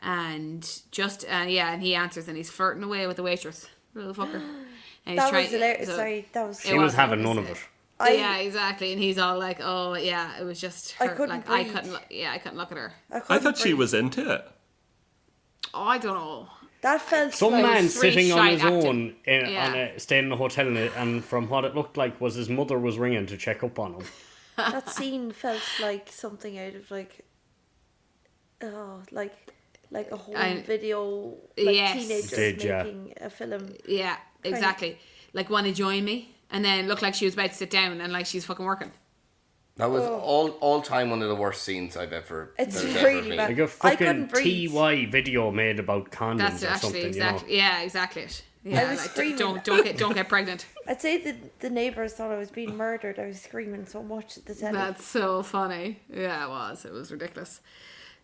and just uh, yeah, and he answers and he's flirting away with the waitress, little
(gasps)
fucker. And he's
That
trying,
was hilarious.
so-
Sorry, that was.
She
was
was having
nice,
none of
yeah.
it.
I,
yeah, exactly. And he's all like, "Oh, yeah, it was just her.
I couldn't
like I
breathe.
couldn't. Look, yeah, I couldn't look at her.
I
couldn't
thought she
breathe.
was into it.
Oh, I don't know.
That felt
Some
like,
man
was three
sitting on
shite
his
acting.
own in,
Yeah.
on a, staying in a hotel, and, and from what it looked like was his mother was ringing to check up on him.
That scene felt like something out of like. Oh, like. Like a home
I-
video, like
Yes.
teenagers
Did ya?
making a film.
Yeah,
Mm,
exactly. Like, want to join me? And then looked like she was about to sit down, and like she's fucking working.
That was all all time one of the worst scenes I've ever.
Oh. It's
there's
really bad.
Like a
I couldn't
fucking
breathe.
TY video made about condoms
That's
or
actually
something,
exactly.
you
Yeah, exactly. it. Yeah,
was
like, d-
screaming.
don't don't get don't get
(laughs)
pregnant.
I'd say that the neighbours thought I was being murdered. I was screaming so much at the telly.
That's so funny. Yeah, it was. It was ridiculous.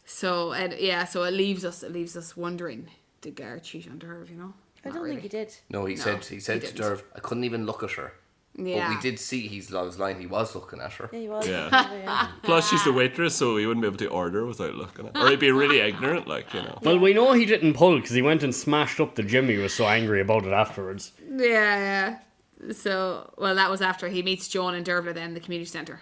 So and yeah, so it leaves us it leaves us wondering: Did Garrett cheat on Derv? You know,
I
Not
don't
really.
think he did.
No, he
No,
said he said
he
to
didn't.
Derv, I couldn't even look at her.
Yeah.
But we did see he's I was lying. He was looking at her.
Yeah, he was.
Yeah.
Yeah.
Plus, she's the waitress, so he wouldn't be able to order without looking at Or he'd be really ignorant, like, you know.
know. Well, we know he didn't pull because he went and smashed up the gym. He was so angry about it afterwards.
Yeah, yeah. So, well, that was after he meets John and Dervla then in the community centre.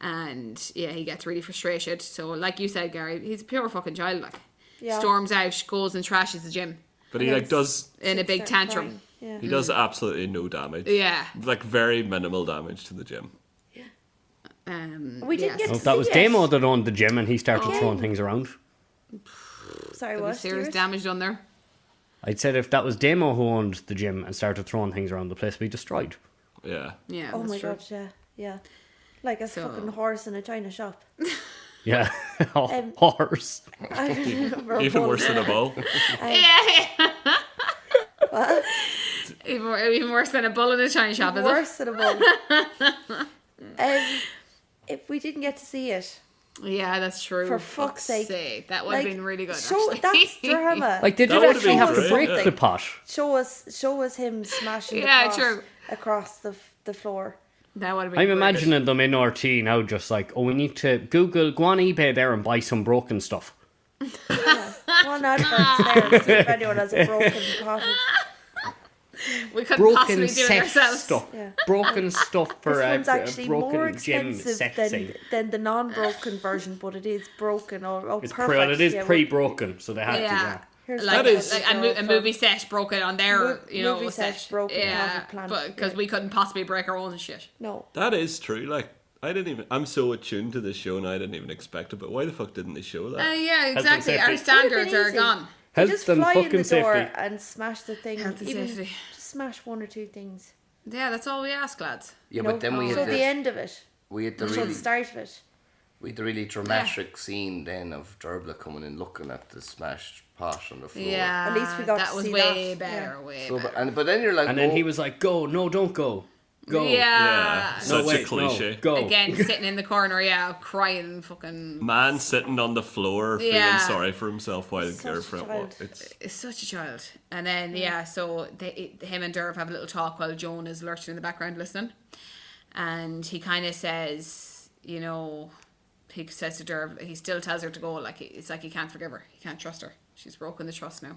And yeah, he gets really frustrated. So, like you said, Gary, he's a pure fucking child. Like, (laughs)
Yeah.
storms out, goes and trashes the gym
But he, like, does.
in a big
Started
tantrum.
crying. Yeah.
He does absolutely no damage.
Yeah.
Like, very minimal damage to the gym.
Um,
We didn't
yeah,
get
Well,
so-
that was
Yes.
Demo that owned the gym and he started
Okay.
throwing things around.
Sorry,
there
what?
was serious
Stuart?
damage done there.
I'd said if that was Demo who owned the gym and started throwing things around, the place would be destroyed.
Yeah.
Yeah.
Oh
that's
my
true.
god, yeah, yeah. Like a
So-
fucking horse in a
(laughs)
china shop. (laughs)
Yeah. (laughs)
Um,
Horse.
I remember
Even
one-
worse than a ball.
Yeah.
(laughs)
(laughs) even, wor- even worse than a bull in a china shop, is (laughs)
worse than a bum. um, if we didn't get to see it,
it? Yeah, that's true.
For fuck's sake.
That would have
like,
been really good.
Show
actually. (laughs)
that's drama.
Like, they
That
did
would've
actually
been
have to
great,
break
yeah.
the pot.
show us, show us him
(laughs)
smashing
Yeah,
the pot
true.
across the f-
(laughs)
the floor.
that would have been.
I'm
great.
imagining them in RT now, just like, oh, we need to Google, go on eBay there and buy some broken stuff.
Well, not there. to see if anyone has a broken pot.
(laughs) We couldn't
Broken
possibly do it
set
ourselves.
stuff.
Yeah.
(laughs) Broken stuff for
this
a,
one's
a
actually more
uh, broken gym
expensive
set
than,
thing.
than the non-broken version, but it is broken. Or, oh,
It's
perfect.
pre, well, it is
yeah,
pre broken, so they had to.
Yeah.
Yeah.
Here's
Like,
That is-
like a, mo- a movie set broken on their,
um, Mo-
you know,
movie
set.
set broken
yeah,
on the planet,
because
yeah.
we couldn't possibly break our own and shit.
No,
That is true. Like, I didn't even. I'm so attuned to this show and I didn't even expect it, but why the fuck didn't they show that?
Uh, yeah,
and
exactly. Our
safety.
standards
Would've been
are
easy.
gone.
You
Health
just
and
fly in
fucking
the door
safety.
and smash the thing.
Health and
even,
safety.
Just smash one or two things.
Yeah, that's all we ask, lads.
Yeah,
No,
but then we
so
had
the
the,
end of it.
we had the
So
really
the start of it.
we had the really dramatic scene then of Derbla coming and looking at the smashed pot on the floor.
Yeah,
At least we got
that
to
was
see
way
that,
better,
yeah.
way
So,
better.
but, and but then you're like,
And then
oh,
he was like, go, no, don't go. Go.
yeah.
Yeah.
No,
Such a
wait,
cliche.
No, go.
Again, sitting in the corner, yeah,
(laughs)
crying, fucking.
Man sitting on the floor
Yeah.
feeling sorry for himself while
Such a
girlfriend.
child.
wa- It's
It's such a child. And then yeah, so they, him and Derv have a little talk while Joan is lurching in the background listening, and he kind of says, you know, he says to Derv, he still tells her to go. Like he- it's like he can't forgive her, he can't trust her. She's broken the trust now.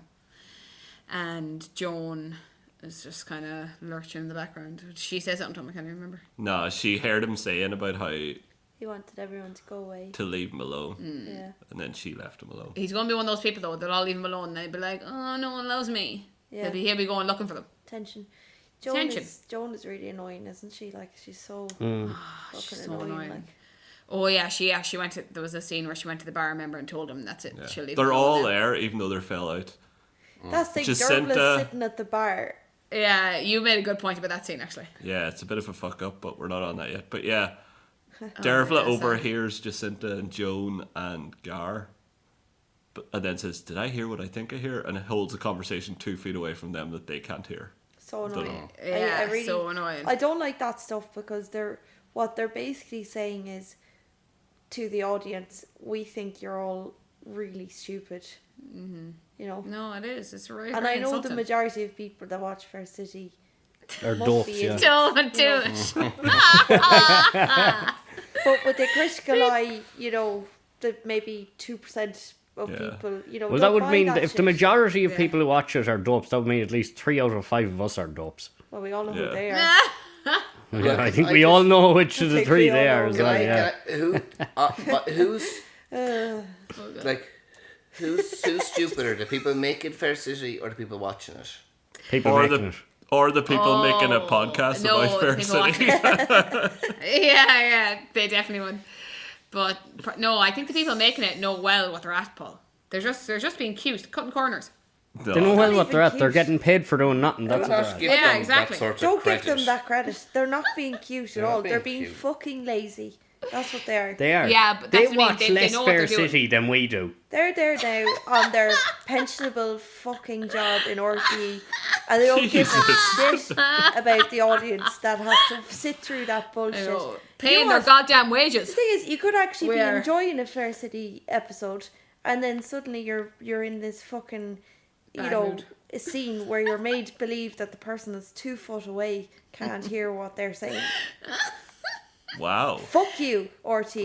And Joan is just kind of lurching in the background. She says something to him. I can't even remember.
No, she heard him saying about how to
He wanted everyone to go away.
leave him alone,
Hmm.
Yeah,
and then she left him alone.
He's gonna be one of those people though. They'll all leave him alone. And they'll be like, oh, no one loves me.
Yeah.
They'll be here. We going looking for them.
tension. Joan
Tension. Ah,
Is, Joan is really annoying, isn't she? Like she's so
Hmm.
fucking
She's so
annoying.
annoying.
Like
Oh yeah, she actually went to. There was a scene where she went to the bar member and told him that's it.
Yeah.
She'll leave.
They're
him
all
alone
there, even though they're fell out.
Mm.
that's like
Jacinta-
Derbla's sitting at the bar.
now. Yeah, you made a good point about that scene actually.
Yeah, it's a bit of a fuck up, but we're not on that yet. But
(laughs)
yeah, Dervla
Oh, yeah, sorry.
overhears Jacinta and Joan and Gar, but, and then says, "Did I hear what I think I hear?" And holds a conversation two feet away from them that they can't hear.
So
Dunno.
annoying.
Yeah, so annoying.
I don't like that stuff because they're what they're basically saying is to the audience, we think you're all really stupid. Mm-hmm. You know,
No, it is. It's right.
and I know the majority of people that watch Fair City
Or
Must
dopes,
be
yeah.
(laughs)
it.
Don't do it.
(laughs)
but with the
(laughs)
critical eye, you know, the maybe two percent of
Yeah.
people, you know,
Well, that
don't
would
buy
mean
that
that if
shit.
the majority of
Yeah.
people who watch it are dopes, that would mean at least three out of five of us are dopes.
well, we all know
Yeah.
(laughs)
who they are.
Yeah, (laughs) I think
I
we
just-
all know which of the
think
three
we all
they
know
are as
who
well.
they
Yeah.
Like, uh, who, uh,
(laughs)
but who's
Uh.
like, who's who's stupider? The people making Fair City or the people watching it?
People
Or
making
the
it.
or the people making a
Oh,
podcast
no,
about Fair
people watching
City.
(laughs) yeah, yeah, they definitely would. But pr- no, I think the people making it know well what they're at, Paul. They're just they're just being cute, cutting corners.
(laughs) No.
They know well
not
what they're
even
at. They're
cute.
getting paid for doing nothing. That's
Don't
what
not
they're at.
give
Yeah,
them
exactly.
that sort of
Don't give
credit.
them that credit. They're not being cute at
not
all. They're
being
being
cute.
fucking lazy. That's what they are.
They are.
Yeah, but
they
that's what I mean,
watch
they- they
less
know what
Fair
they're doing.
City than we do.
They're there now
(laughs)
on their pensionable fucking job in Orkney, and they don't give a shit about the audience that has to sit through that
I
bullshit.
know, paying
You
their
watch-
goddamn
The (laughs)
wages.
thing is, you could actually
We
be
are-
enjoying a Fair City episode, and then suddenly you're you're in this fucking, you
Bad
know,
mood.
a scene where you're made believe that the person that's two foot away
(laughs)
can't hear what they're saying.
(laughs)
Wow.
Fuck you, RT.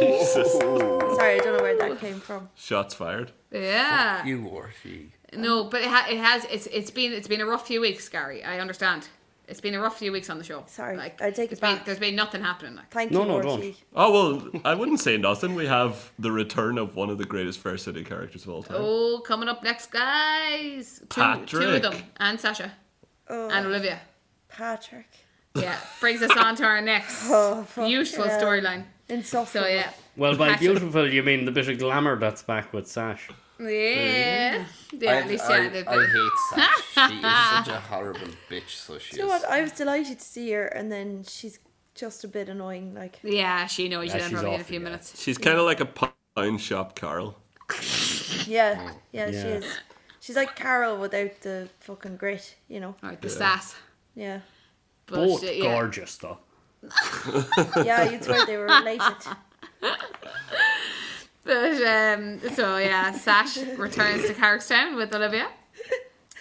Jesus.
Sorry, I don't know where that came from.
Shots fired.
Yeah.
You or she.
No, but it, ha- it has. It's it's been it's been a rough few weeks, Gary. I understand. It's been a rough few weeks on the show.
Sorry,
like
I take it
it's been-
back.
There's been nothing happening. Like
Thank
No,
you,
no,
RT.
don't.
Oh well, I wouldn't say nothing. We have the return of one of the greatest Fair City characters of all time.
oh, coming up next, guys. Two, two
Patrick.
of them and Sasha
Oh,
and Olivia.
Patrick.
Yeah, brings us on to our next
(laughs) Oh, fuck
beautiful
yeah.
storyline. So
Insufferable.
yeah,
Well, by
Patrick.
beautiful, you mean the bit of glamour that's back with Sash.
yeah, yeah.
I,
At least
I,
yeah, they've
I hate
(laughs)
Sash. she is such a horrible bitch, so she
You know
is.
what? I was delighted to see her, and then she's just a bit annoying. Like,
yeah, she knows
Yeah,
you then
she's
probably in a
awful,
few
yeah.
minutes.
She's kind of like a pound shop Carol.
yeah,
Mm.
yeah, she
Yeah.
is. She's like Carol without the fucking grit, you know?
All right, the sass.
(laughs)
Yeah.
But,
Both
uh, yeah.
gorgeous, though.
Yeah, you'd swear they were related.
But um, so yeah, Sash returns to Carrickstown with Olivia.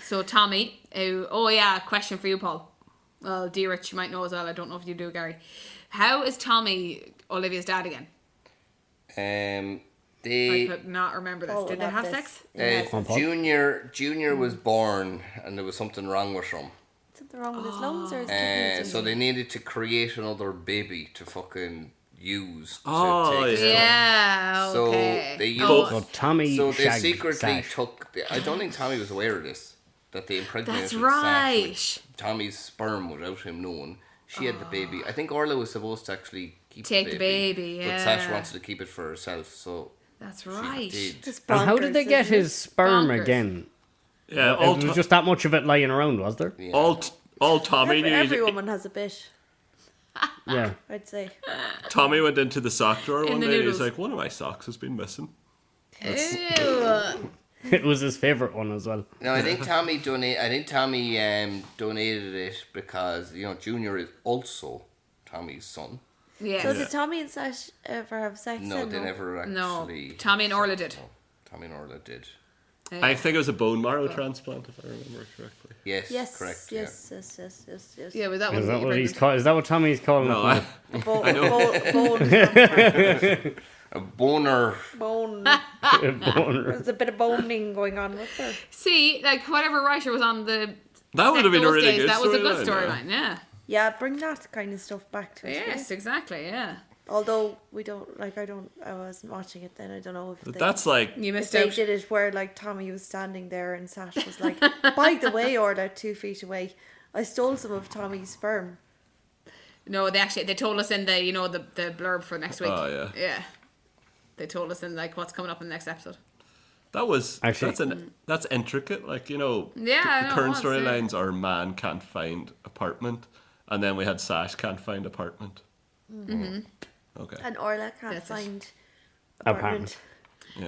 So Tommy, who, oh yeah, question for you, Paul. Well, D Rich, you might know as well. I don't know if you do, Gary. How is Tommy Olivia's dad again?
Um,
I
they.
could not remember this.
Oh,
Did they
not
have
this.
sex?
Yeah,
Uh,
Pop.
junior Junior
Mm.
was born and there was something wrong with him.
Something wrong with his lungs or his
Uh,
kidneys?
so they needed to create another baby to fucking use. To
Oh,
take
yeah.
Yeah.
So
Okay.
they
oh,
used-
So Tommy
So they
shagged
secretly
Sash.
took. I don't think Tommy was aware of this. That they impregnated
That's
Sash
right.
with Tommy's sperm without him knowing. She had the baby. I think Orla was supposed to actually keep
Take the
the baby,
baby,
but Sash
yeah.
wanted to keep it for herself. So
that's
she
right.
did.
Just
And how did
bonkers,
they get
isn't it?
his sperm
Bonkers.
again?
Yeah,
There
all,
was
to-
just that much of it lying around, was there?
Yeah.
all, t- all Tommy
Every,
knew.
every woman has a bit,
Yeah. (laughs)
I'd say.
Tommy went into the sock drawer
In
one
the
day and he was
noodles.
like, "One of my socks has been missing."
Ew.
It was his favourite one as well.
No, I think Tommy donate. I think Tommy um, donated it because you know Junior is also Tommy's son.
Yes.
So did Tommy and Sash ever have sex?
No,
then?
they never
No,
actually.
Tommy and Orla did.
No, Tommy and Orla did.
I think it was a bone marrow transplant, if I remember correctly.
(laughs)
Yes,
Yes,
correct.
yes, yes, yes, yes, yes.
yeah, but that
Is
was
that what he's call- Is that what Tommy's calling
No,
it? now?
Oh, I,
Bo- bo- bone.
Yeah. A boner.
(laughs) bone.
Boner.
There's a bit of boning going on with her.
See, like whatever writer was on the
that would have been a
those
really
days,
good.
That was a good
storyline,
storyline. Yeah.
Yeah, bring that kind of stuff back to us. will
Yes, exactly. Yeah.
you? Although we don't like, I don't. I wasn't watching it then. I don't know if
yeah.
they,
That's like
You missed
they
out.
did it where like Tommy was standing there and Sash was like, "By the way, Orla, two feet away, I stole some of Tommy's sperm."
No, they actually they told us in the you know the the blurb for next week.
Oh, yeah.
Yeah. They told us in like what's coming up in the next episode.
that was
Actually-
that's an that's intricate. Like you know,
Yeah,
the-
I
the
know,
current
it was, yeah.
storylines are man can't find apartment, and then we had Sash can't find apartment. Mm-hmm. Okay.
And Orla can't
That's it.
find
Apartment.
apartment.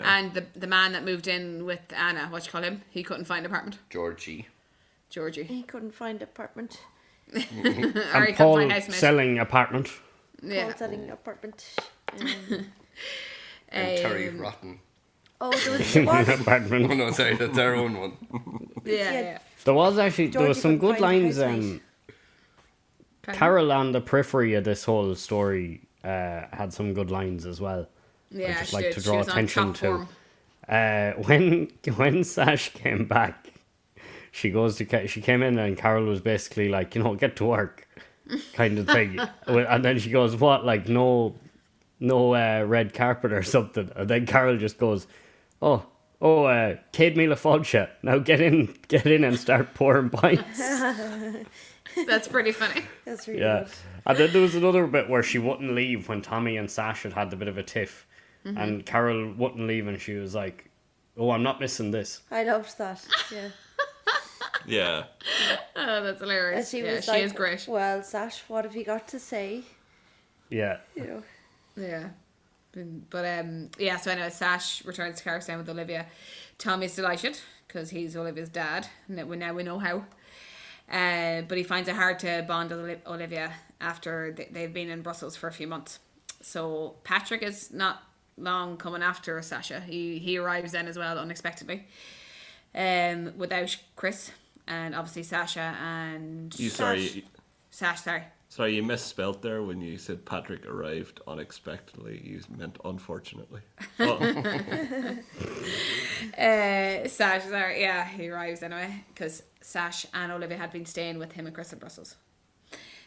Yeah.
And the the man that moved in with Anna, what you call him? He couldn't find apartment.
Georgie.
Georgie.
He couldn't find apartment.
or he
And
couldn't
Paul
find housemate.
selling apartment. (laughs)
yeah.
Paul
Oh.
selling apartment. Um,
And Terry
Um,
Rotten. (laughs)
oh, there
(laughs)
was, there was
Oh
apartment.
no, sorry, that's our own one.
(laughs) Yeah.
Yeah.
yeah.
There was actually there was
Georgie
some
couldn't
good
find
lines.
a housemate.
Um, Carol on the periphery of this whole story uh, had some good lines as well.
Yeah,
just
she
like
did.
to
She
draw
was on
attention
top
to.
form.
Uh, (laughs) when when Sash came back, she goes to Ca- she came in and Carol was basically like you know get to work, kind of thing. Well, and then she goes what like no, no uh, red carpet or something. And then Carol just goes, oh oh uh, Cade Mila Foggia. Now get in get in and start pouring pints.
That's pretty funny.
that's really
Yeah.
good.
And then there was another bit where she wouldn't leave when Tommy and Sash had had a bit of a tiff. And Carol wouldn't leave and she was like, Oh, I'm not missing this.
I loved that. Yeah.
yeah.
Oh, that's hilarious.
And she
yeah,
was
she
like,
is great.
Well, Sash, what have you got to say?
Yeah.
You know.
Yeah. And- But um, yeah, so anyway, Sash returns to Carstown with Olivia. Tommy's delighted because he's Olivia's dad, and that we now we know how. Uh, but he finds it hard to bond with Oli- Olivia after th- they've been in Brussels for a few months. So Patrick is not long coming after Sasha. He he arrives then as well unexpectedly, um, without Chris and obviously Sasha and
You
Sash.
sorry,
Sash. Sorry,
sorry, you misspelled there when you said Patrick arrived unexpectedly. You meant
(laughs)
unfortunately. Oh,
Uh, Sash is our, yeah, he arrives anyway because Sash and Olivia had been staying with him and Chris in Brussels.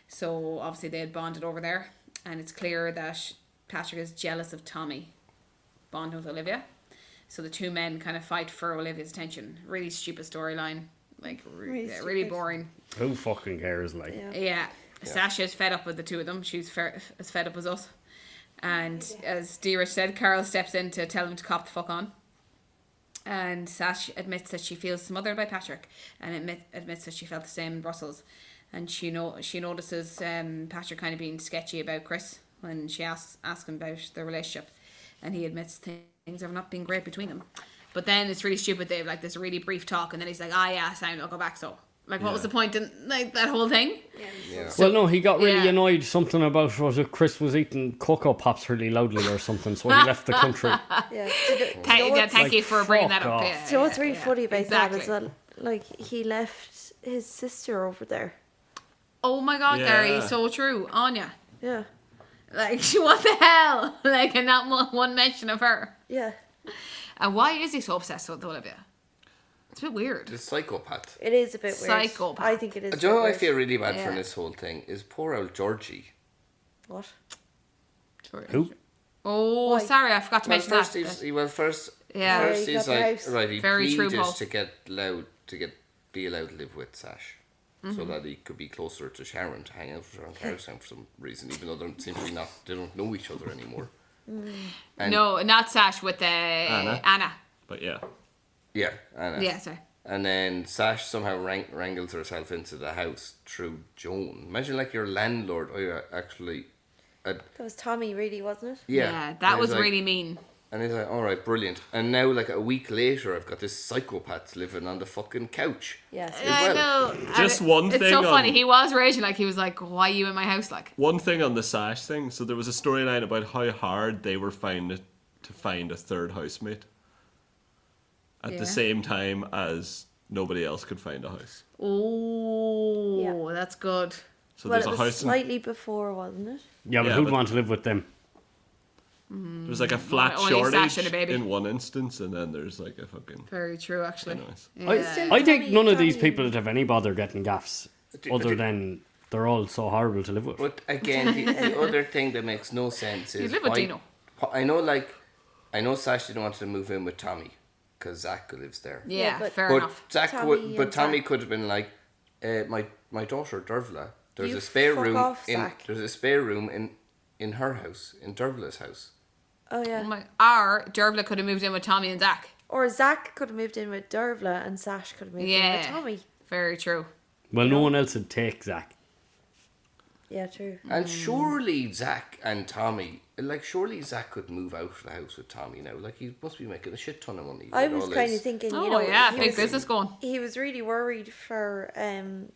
So obviously they had bonded over there, and it's clear that Patrick is jealous of Tommy bonding with Olivia. So the two men kind of fight for Olivia's attention. Really stupid storyline, like
Really
really, yeah, really
stupid.
boring.
Who fucking cares? Like,
Yeah.
Yeah. Sasha's fed up with the two of them. She's fair, as fed up as us. And as D Rich said, Carol steps in to tell him to cop the fuck on. And Sash admits that she feels smothered by Patrick and admit, admits that she felt the same in Brussels. And she know she notices um, Patrick kind of being sketchy about Chris when she asks, asks him about their relationship. And he admits thi- things have not been great between them. But then it's really stupid. They have like this really brief talk, and then he's like, ah, yeah, sound, I'll go back. So, like, what was
Yeah.
the point in like that whole thing?
Yeah.
well, no, he got really
yeah.
annoyed. Something about was it Chris was eating cocoa pops really loudly or something, so he left the country.
(laughs)
Yeah. Do you know- do you
Thank,
know
yeah,
what-
thank
Like,
you for bringing that
fuck
up.
off.
Yeah,
Do you know what's
yeah,
really
yeah.
funny about that as
Exactly.
well? Like he left his sister over there.
Oh my god, Gary,
Yeah.
so true. Anya.
Yeah.
Like, (laughs) what the hell? (laughs) Like, and not one, one mention of her.
Yeah.
And why is he so obsessed with Olivia? It's a bit weird.
The psychopath.
It is a bit weird.
Psychopath.
I think it is. a
Do you know
bit
what I
weird.
feel really bad for
Yeah.
in this whole thing? Is poor old Georgie.
What?
Sorry.
Who?
Oh,
Why?
sorry, I forgot to
Well,
mention that.
first he's, he, well, first,
Yeah. Yeah,
first
he
he's
got the
like
house.
right. He
Very true,
pleaded
Paul.
to get allowed to get be allowed to live with Sash,
Mm-hmm.
so that he could be closer to Sharon to hang out with her on Carousel for some reason, even though they don't seem to be not they don't know each
(laughs)
other anymore. And-
no, not Sash with uh, Anna.
but yeah,
Yeah, Anna.
Yeah, sorry.
And then Sash somehow wrang- wrangles herself into the house through Joan. Imagine like your landlord. Oh, yeah, actually. Uh,
That was Tommy, really, wasn't it?
yeah.
that
And
was
he's like-
really mean.
And he's like, all right, brilliant. And now, like a week later, I've got this psychopath living on the fucking couch.
Yes.
As
I
well.
know.
Just
I-
one
it's
thing
so
on-
funny. He was raging. Like, he was like, why are you in my house? Like,
one thing on the sash thing. So there was a storyline about how hard they were finding it to find a third housemate at
Yeah.
the same time as nobody else could find a house.
oh, that's good.
So
well,
there's
it
a
was
house. in
slightly before, wasn't it?
Yeah, but
Yeah,
who'd
but-
want to live with them?
There's like a flat
Mm, Only
shortage
Sash and a baby.
in one instance, and then there's like a fucking.
Very true, actually.
Anyways.
I,
Yeah.
I think
Tommy-
none of these
Tommy-
people would have any bother getting gaffs,
Do-
other
do-
than they're all so horrible to live with.
But again, the,
(laughs)
the other thing that makes no sense is
You live with
why-
Dino.
why- I know, like, I know Sash didn't want to move in with Tommy because Zach lives there.
Yeah,
Yeah, but-
fair
but
enough.
Zach
Tommy
would, but
and
Tommy
Zach.
could have been like, uh, my my daughter Dervla. There's
You
a spare
fuck
room
off,
in
Zach.
there's a spare room in in her house in Dervla's house.
Oh yeah.
Oh my, or Dervla could have moved in with Tommy and Zach.
Or Zach could have moved in with Dervla, and Sash could have moved in
Yeah.
with Tommy.
Very true.
Well, no one else would take Zach.
Yeah, true.
And surely Zach and Tommy, like surely Zach could move out of the house with Tommy now. Like he must be making a shit ton of money.
I
with
was
all
kind
his-
of thinking, you
oh
know,
yeah,
he
big
was-
business going.
He was really worried for um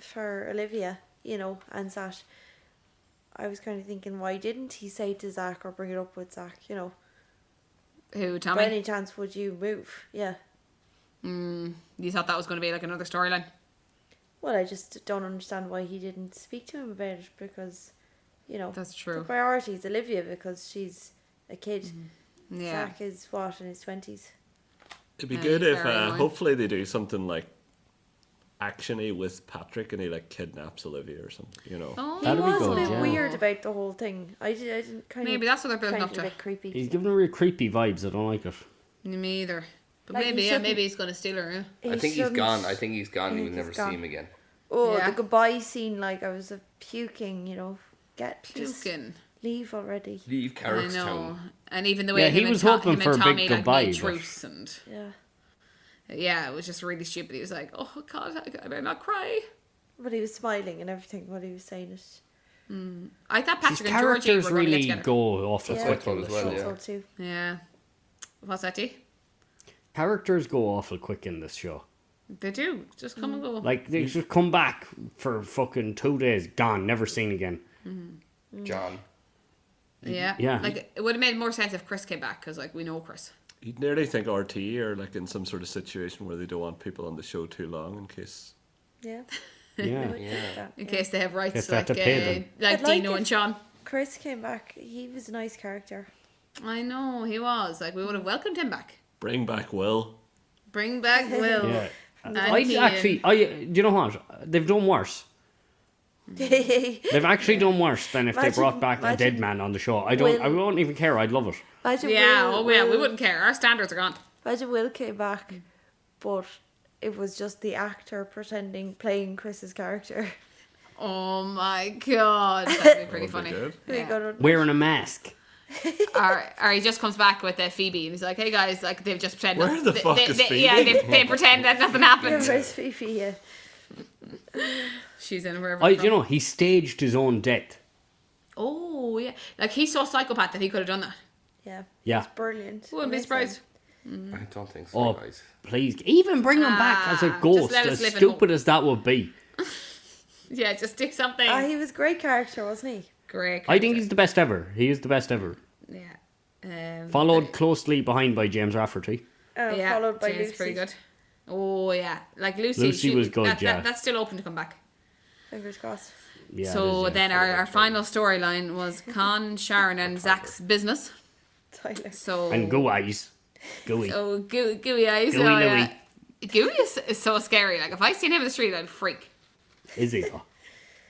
for Olivia, you know, and Sash. I was kind of thinking, why didn't he say to Zach or bring it up with Zach? You know,
Who
by
Tommy? Mm,
any chance would you move? Yeah.
You thought that was going to be like another storyline?
Well, I just don't understand why he didn't speak to him about it because, you know,
That's
the
true. Mm-hmm.
priority is Olivia because she's a kid.
Yeah.
Zach is what in his twenties.
It'd be
Yeah,
good
he's
if
very
uh,
annoying.
hopefully they do something like actiony with Patrick and he like kidnaps Olivia or something, you know.
Oh,
That'd be
He was a
good,
bit
yeah.
weird about the whole thing. I, did, I didn't kind of
Maybe that's what they're building
found
up
it a
to.
bit creepy.
He's giving real creepy vibes. I don't like it.
Me either. But
Like, he
maybe, yeah,
shouldn't-
maybe he's going to steal her. Yeah.
I
He
think he's
shouldn't-
gone. I think he's gone.
I
and You'll
think
never
he's
see
gone.
him again.
Oh,
Yeah.
the goodbye scene, like I was a puking, you know. Get just
Puking.
leave already.
Leave
I
Carrickstown.
know. And even the way
Yeah,
him
he
and
was
Tom-
hoping
him
for a
and
big
Tommy like
goodbye,
made
but-
truce and
Yeah,
yeah, it was just really stupid. He was like, "Oh God, I I better not cry."
but he was smiling and everything while he was saying it.
I thought
These
Patrick and Georgie were
characters
going to
really
get together.
go awful
Yeah.
quick
one
in
as
this
well,
show.
yeah.
So too.
Yeah. What's that, Dee?
Characters go awful quick in this show.
They do. Just come and go.
Mm. Like they just come back for fucking two days, gone, never seen again.
John.
yeah.
yeah.
Like it would have made more sense if Chris came back because like we know Chris.
You'd nearly think RT are like in some sort of situation where they don't want people on the show too long in case.
(laughs)
Yeah.
Yeah,
I would
Yeah.
like that.
In
yeah.
case they have
Guess
rights
they have
like
to pay
uh,
them.
like
I'd like
Dino
it.
and Sean.
Chris came back. He was a nice character.
I know he was. Like we would have welcomed him back.
Bring back Will.
Bring
(laughs)
back Will.
yeah.
And
I
Ian.
actually, I do you know what? They've done worse.
imagine
Mm.
(laughs)
They've actually done worse than if
Imagine-
they brought back a dead
imagine
man on the show. I don't,
Will-
I won't even care. I'd love it.
Yeah,
Will,
oh yeah, we Mm.
Will-
wouldn't care. Our standards are gone.
Imagine Will came back, but it was just the actor pretending playing Chris's character. (laughs)
Oh my god, that'd be pretty
That would
funny.
be good.
We
Yeah.
(laughs)
(laughs)
got-
Wearing a mask.
or, or he just comes back with uh, Phoebe and he's like, "Hey guys, like they've just pretended.
Where the
they,
fuck
they,
is
they,
Phoebe?
Yeah, they, they pretend that nothing happened.
Where's Fifi? (laughs) Yeah.
She's in wherever.
I,
from.
Oh, you know, he staged his own death.
Oh yeah, like he's so psychopath that he could have done that.
Yeah.
Yeah.
Brilliant.
Wouldn't be
Amazing.
surprised.
I don't think so,
Oh,
guys.
please, even bring him back as a
Ah, just
ghost.
let us
As
live in
stupid as that would be,
Yeah, just do something.
Ah, he was a great character, wasn't he?
Great.
I think he's the best ever. He is the best ever.
yeah. Um,
Followed closely behind by James Rafferty.
Uh,
yeah,
followed by
Jane's
Lucy.
pretty good. Oh yeah, like Lucy.
Lucy was good,
That,
yeah.
that, that's still open to come back.
Fingers crossed.
Yeah, it
so
is, yeah.
then our, our final storyline
(laughs)
was Con, Sharon, and Zach's business.
Tyler.
So
and goo eyes, gooey.
Oh, goo- gooey eyes.
Gooey
oh,
Louie.
yeah. Gooey is, is so scary. Like if I seen him in the street, I'd freak.
Is he? though?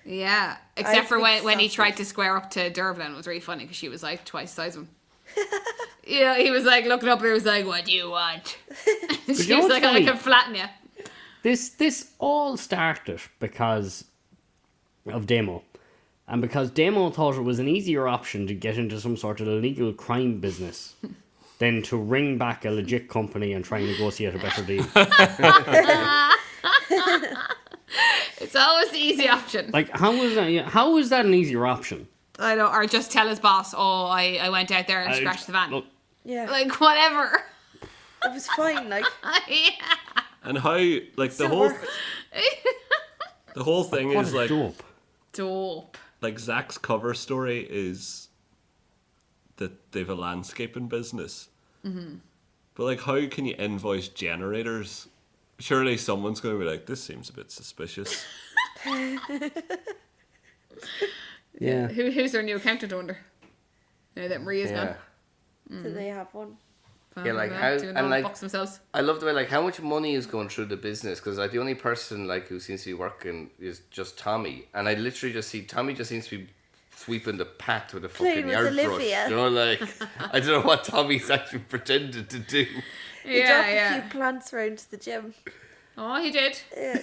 Yeah, except for
think
when, when he
sausage.
tried to square up to Dervlin, it was really funny because she was like twice the size of him. (laughs) yeah, he was like looking up and he was like, "What do you want?"
(laughs)
(laughs) And she
know
was
what's
like, "I
funny?
can flatten you."
This this all started because of Demo, and because Demo thought it was an easier option to get into some sort of illegal crime
(laughs)
business than to ring back a legit company and try and negotiate a better deal.
It's always the easy option.
like how is that? yeah, How is that an easier option?
I know, or just tell his boss, "Oh, I, I went out there and
I-
scratched the van."
look,
Yeah.
Like whatever. (laughs)
it was fine. Like,
yeah.
And how like the whole (laughs) the whole thing
what
is
a
like
dope.
Dope.
like Zach's cover story is that they've a landscaping business. But like, how can you invoice generators? Surely someone's going to be like, "This seems a bit suspicious."
Yeah.
Who, who's their new accountant under? Now that Maria's
Yeah.
gone. Mm.
did they have one?
Yeah, like,
Doing
how-
all the
and, like-
box themselves.
I love the way, like, how much money is going through the business because, like, the only person, like, who seems to be working is just Tommy. And I literally just see Tommy just seems to be sweeping the path with a
Playing
fucking
with
yard
Olivia.
brush. You know, like, I don't know what Tommy's actually pretended
(laughs)
to do.
He dropped
Yeah,
a
yeah.
few plants round to the gym. (laughs)
Oh, he did.
Yeah.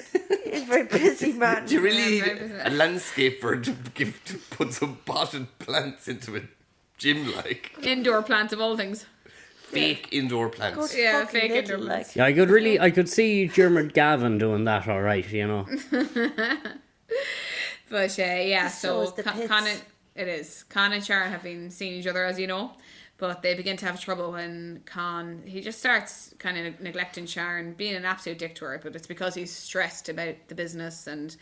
He's a very
(laughs)
busy man.
Do you really
Yeah,
need
very
a landscaper to, give, to put some potted plants into a gym, like?
Indoor plants of all things.
Fake indoor
Good
plants.
Yeah,
fucking
fake
little, like.
endorphins.
Yeah, I could really, I could see Dermot Gavin doing that, all right, you
(laughs)
know.
But uh, yeah,
Just
so
shows the
Con,
pits.
Con and, it is. Con and Sharon have been seeing each other, as you know, but they begin to have trouble when Con he just starts kind of neglecting Sharon, being an absolute dick to her. But it's because he's stressed about the business and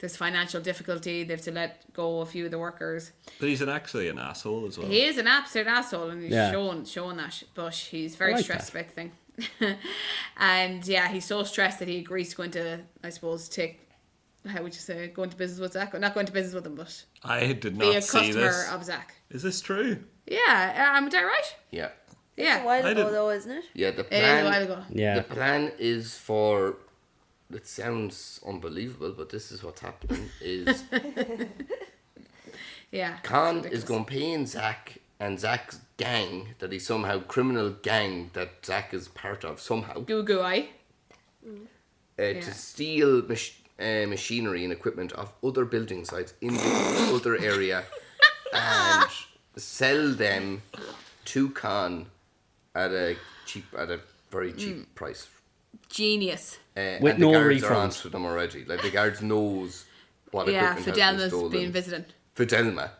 there's financial difficulty. They have to let go a few of the workers.
but he's an, actually an asshole as well.
He is an absolute asshole, and he's
Yeah.
shown shown that. But he's very
like
stressed about the thing, (laughs) and yeah, he's so stressed that he agrees going to, I suppose, take. How would you say go into business with Zach? Not go into business with him, but
I did
be a
not see
customer
this.
of Zach.
Is this true?
Yeah, um, did I right?
Yeah.
It's a
Yeah,
while
I
ago,
didn't-
though,
(laughs)
isn't it? (laughs)
Yeah, the
it is a while
plan.
ago.
Yeah.
The plan is for. It sounds unbelievable, but this is what's happening: is
Yeah,
Khan
Ridiculous.
is going to pay in Zack and Zack's gang that he's somehow criminal gang that Zack is part of somehow uh,
goo goo eye.
to steal mach- uh, machinery and equipment of other building sites in the other area and sell them to Khan at a cheap at a very cheap price.
Genius.
Uh,
With
and the
no
guards are
refunds.
onto them already. Like the guards knows what
Yeah,
equipment has
Fidelma's
been stolen.
been visiting.
Fidelma.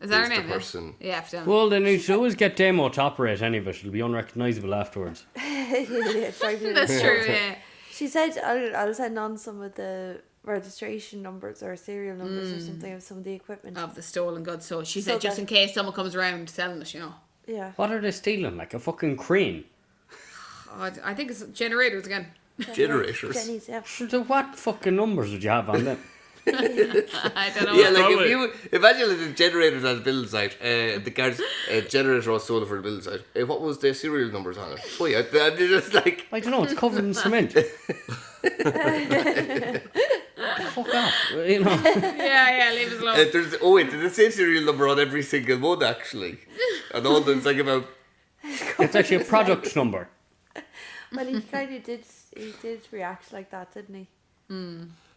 Is that her
Is the
name? yeah?
person-
Yeah, Fidelma.
(laughs)
Well, then you should always get demo to operate any of it. It'll be unrecognizable afterwards.
It'd probably be-
That's true, yeah.
she said, I'll, I'll send on some of the registration numbers or serial numbers
Mm.
or something of some of the equipment.
Of the stolen goods. So she
So
said, just
that-
in case someone comes around selling it, you know.
Yeah.
What are they stealing? Like a fucking crane?
Oh, I- I think it's generators again.
Generators.
Jenny's, yeah.
So what fucking numbers would you have on them?
(laughs) I don't know.
Yeah, like
Probably.
if you imagine if the generators on the building site, uh, the guards, uh, generator was sold for the building site. Uh, what was the serial numbers on it? Oh yeah, I'm just (laughs) like
I don't know. It's covered in (laughs) cement. Fuck off. You know.
yeah, yeah, leave us
uh,
alone.
there's oh wait, there's the same serial number on every single one actually, and all them's like about
It's actually a product number.
But he (laughs) kind of did, he did react like that, didn't he?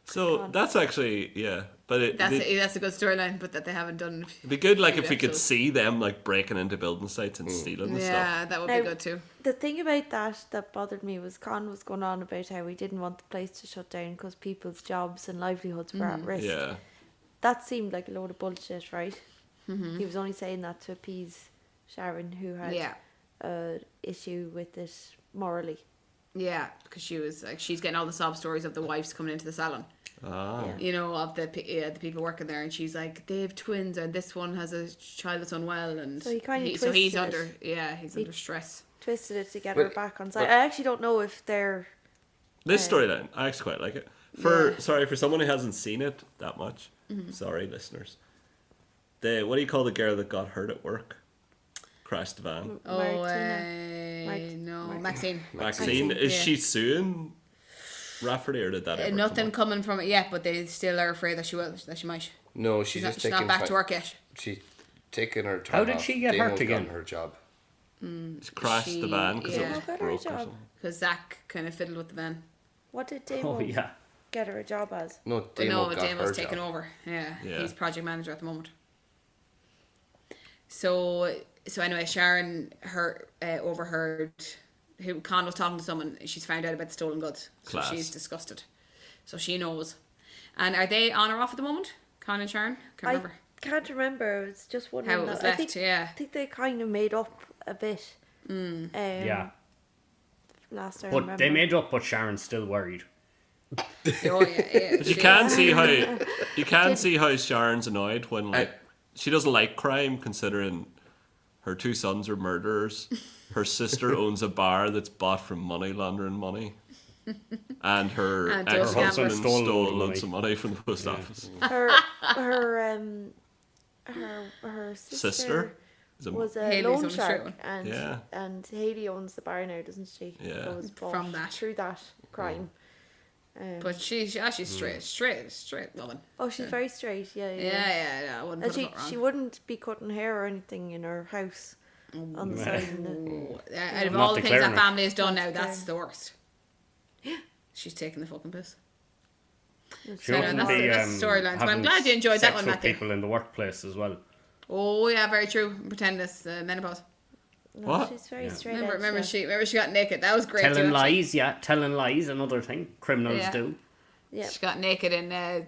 So that's actually yeah, but it,
That's,
it'd,
a, that's a good storyline, but that they haven't done.
be good like
Maybe
if we could
episode.
see them like breaking into building sites
Mm.
and stealing and stuff.
Yeah, that would be
Now-
good too.
The thing about that that bothered me was Con was going on about how we didn't want the place to shut down because people's jobs and livelihoods were
Mm,
at risk.
Yeah,
That seemed like a load of bullshit, right? He was only saying that to appease Sharon, who had
Mm-hmm. Yeah.
a issue with it morally.
Yeah, because she was like, she's getting all the sob stories of the wives coming into the salon.
ah,
Yeah.
you know, of the pe- yeah, the people working there, and she's like, they have twins, and this one has a child that's unwell, and
So he kinda
so he's
twisted
under
it.
yeah, he's
He-
under stress.
Twisted it to get her
Well,
back on side.
well-
I actually don't know if they're.
this
Uh,
storyline I actually quite like it. For
Yeah. Mm-hmm.
sorry for someone who hasn't seen it that much. Sorry, listeners. The what do you call the girl that got hurt at work? Crashed the van.
Oh,
Martina.
uh,
Mart-
no,
Mart-
Maxine.
Maxine,
Maxine,
is
yeah.
she suing Rafferty or did that?
Uh,
ever come
nothing
up?
coming from it yet, but they still are afraid that she will, that she might.
no, she's,
She's
just
not, she's not
taking
back
time-
to work yet.
She's taking her time.
How did
off.
she get
Dano's
hurt
gotten
again?
Her job.
She crashed the
She-
van because
yeah.
it was
Got her
broke or
job.
something.
Because Zach kind of fiddled with the van.
What did Damo
Oh yeah.
get her a job as?
No,
But
Damo
no,
got her
Damo's
job.
taken over. Yeah,
Yeah.
he's project manager at the moment. So, so anyway, Sharon her uh, overheard who Con was talking to someone. She's found out about the stolen goods.
Class.
So she's disgusted. So she knows. And are they on or off at the moment? Con and Sharon. Can't
I (laughs)
remember.
can't remember. It was just one.
How it
and
was
that- I
left,
think,
yeah. Mm.
I think they kind of made up a bit. Um,
Yeah.
Last I remember.
But they made up, but Sharon's still worried.
Oh, yeah, yeah,
But you
she-
can see how you can see how Sharon's annoyed when like
I-
she doesn't like crime considering her two sons are murderers. Her (laughs) sister owns a bar that's bought from money laundering money. (laughs) And her
And
ex
does
husband
gamble.
stole,
Stole
loads
money.
of money from the post office.
her her um her her sister,
Sister? Is it-
was a
Hayley's
loan
own
shark
show.
and
Yeah.
and Haley owns the bar now, doesn't she?
Yeah.
That was bought
From that.
through that crime.
Mm.
Um,
But she, she- ah, she's straight, straight, straight woman.
oh, she's very straight. Yeah, yeah.
Yeah, yeah, yeah. I wouldn't
And
put a
she
foot wrong.
she wouldn't be cutting hair or anything in her house
Oh,
on the side. in the-
Uh, out of
Not
all the things
declaring
that
it.
family has done
Not
now, that's
declaring.
the worst. She's taking the fucking piss.
She
No, no,
oughtn't
that's-
be, um,
that's the storyline. So I'm
having
glad you enjoyed that
sex
one,
with
Matthew.
people in the workplace as well.
Oh yeah, very true. Pretend it's uh, menopause.
No,
What?
She's very
Yeah.
straight.
Remember,
edge,
remember
yeah.
she, remember she got naked. That was great. too,
telling
actually.
lies, yeah, telling lies. Another thing criminals
Yeah.
do.
Yeah.
She got naked in uh,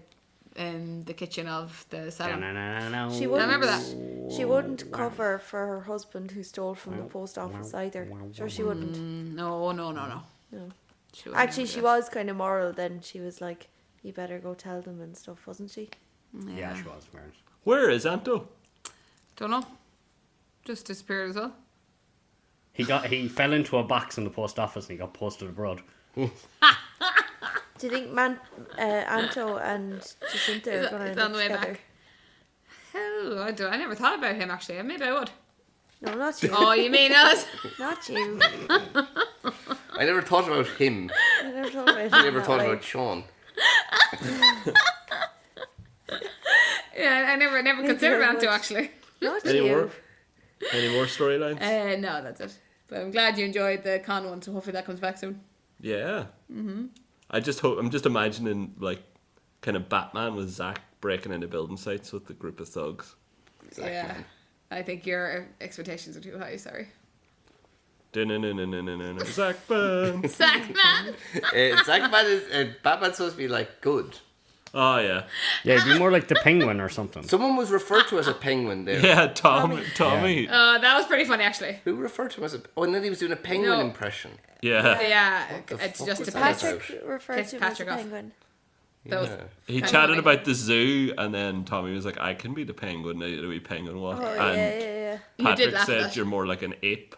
in the kitchen of the salon.
Na-na-na-na.
She
I
wouldn't.
remember that.
She wouldn't cover for her husband who stole from the post office either. Sure, she wouldn't.
Mm, No, no, no, no.
No.
She wouldn't
Actually,
do
she
that.
was kind of moral then. She was like, you better go tell them and stuff, wasn't she?
Yeah, she was. Maren.
Where is Anto?
Don't know. Just disappeared as well.
He got he fell into a box in the post office and he got posted abroad.
Do you think Man, uh, Anto and Jacinta are
It's-
going to
it's
end
on
up
the way
together?
back. Hell, I, do, I never thought about him actually. Maybe I would.
No, not you.
Oh, you mean
(laughs)
us?
Not
(laughs)
you.
I never thought about him.
I never thought about it.
(laughs)
I never thought about Sean.
yeah, I never, never considered
I
Anto
would.
actually.
Not
Any more
you.
any more storylines?
Uh, no, that's it. But I'm glad you enjoyed the con one, so hopefully that comes back soon.
Yeah. Mm-hmm. I just hope I'm just imagining like kind of Batman with Zack breaking into building sites with a group of thugs.
Yeah. I think your expectations are too high,
(laughs)
sorry.
Du-nu-nu-nu-nu-nu-nu. Zack Burns.
Sackman!
Eh, Uh, Zach Batman is uh, Batman's supposed to be like good.
(laughs) Oh yeah,
Yeah,
(laughs)
it'd be more like the penguin or something.
Someone was referred to as a penguin there.
yeah. Tom, Tommy.
Uh, that was pretty funny, actually.
Who referred to him as a? Oh, and then he was doing a penguin
No.
impression.
Yeah.
Yeah,
the
it's
fuck
just
was
to
that?
piss
Patrick
Piss
referred to him
Patrick
as
off.
a penguin.
those.
Yeah.
He
Penguin.
chatted about the zoo, and then Tommy was like, "I can be the penguin. I did a wee penguin walk."
Oh
and
yeah, yeah, yeah,
You did
Patrick
laugh at
said,
that.
"You're more like an ape."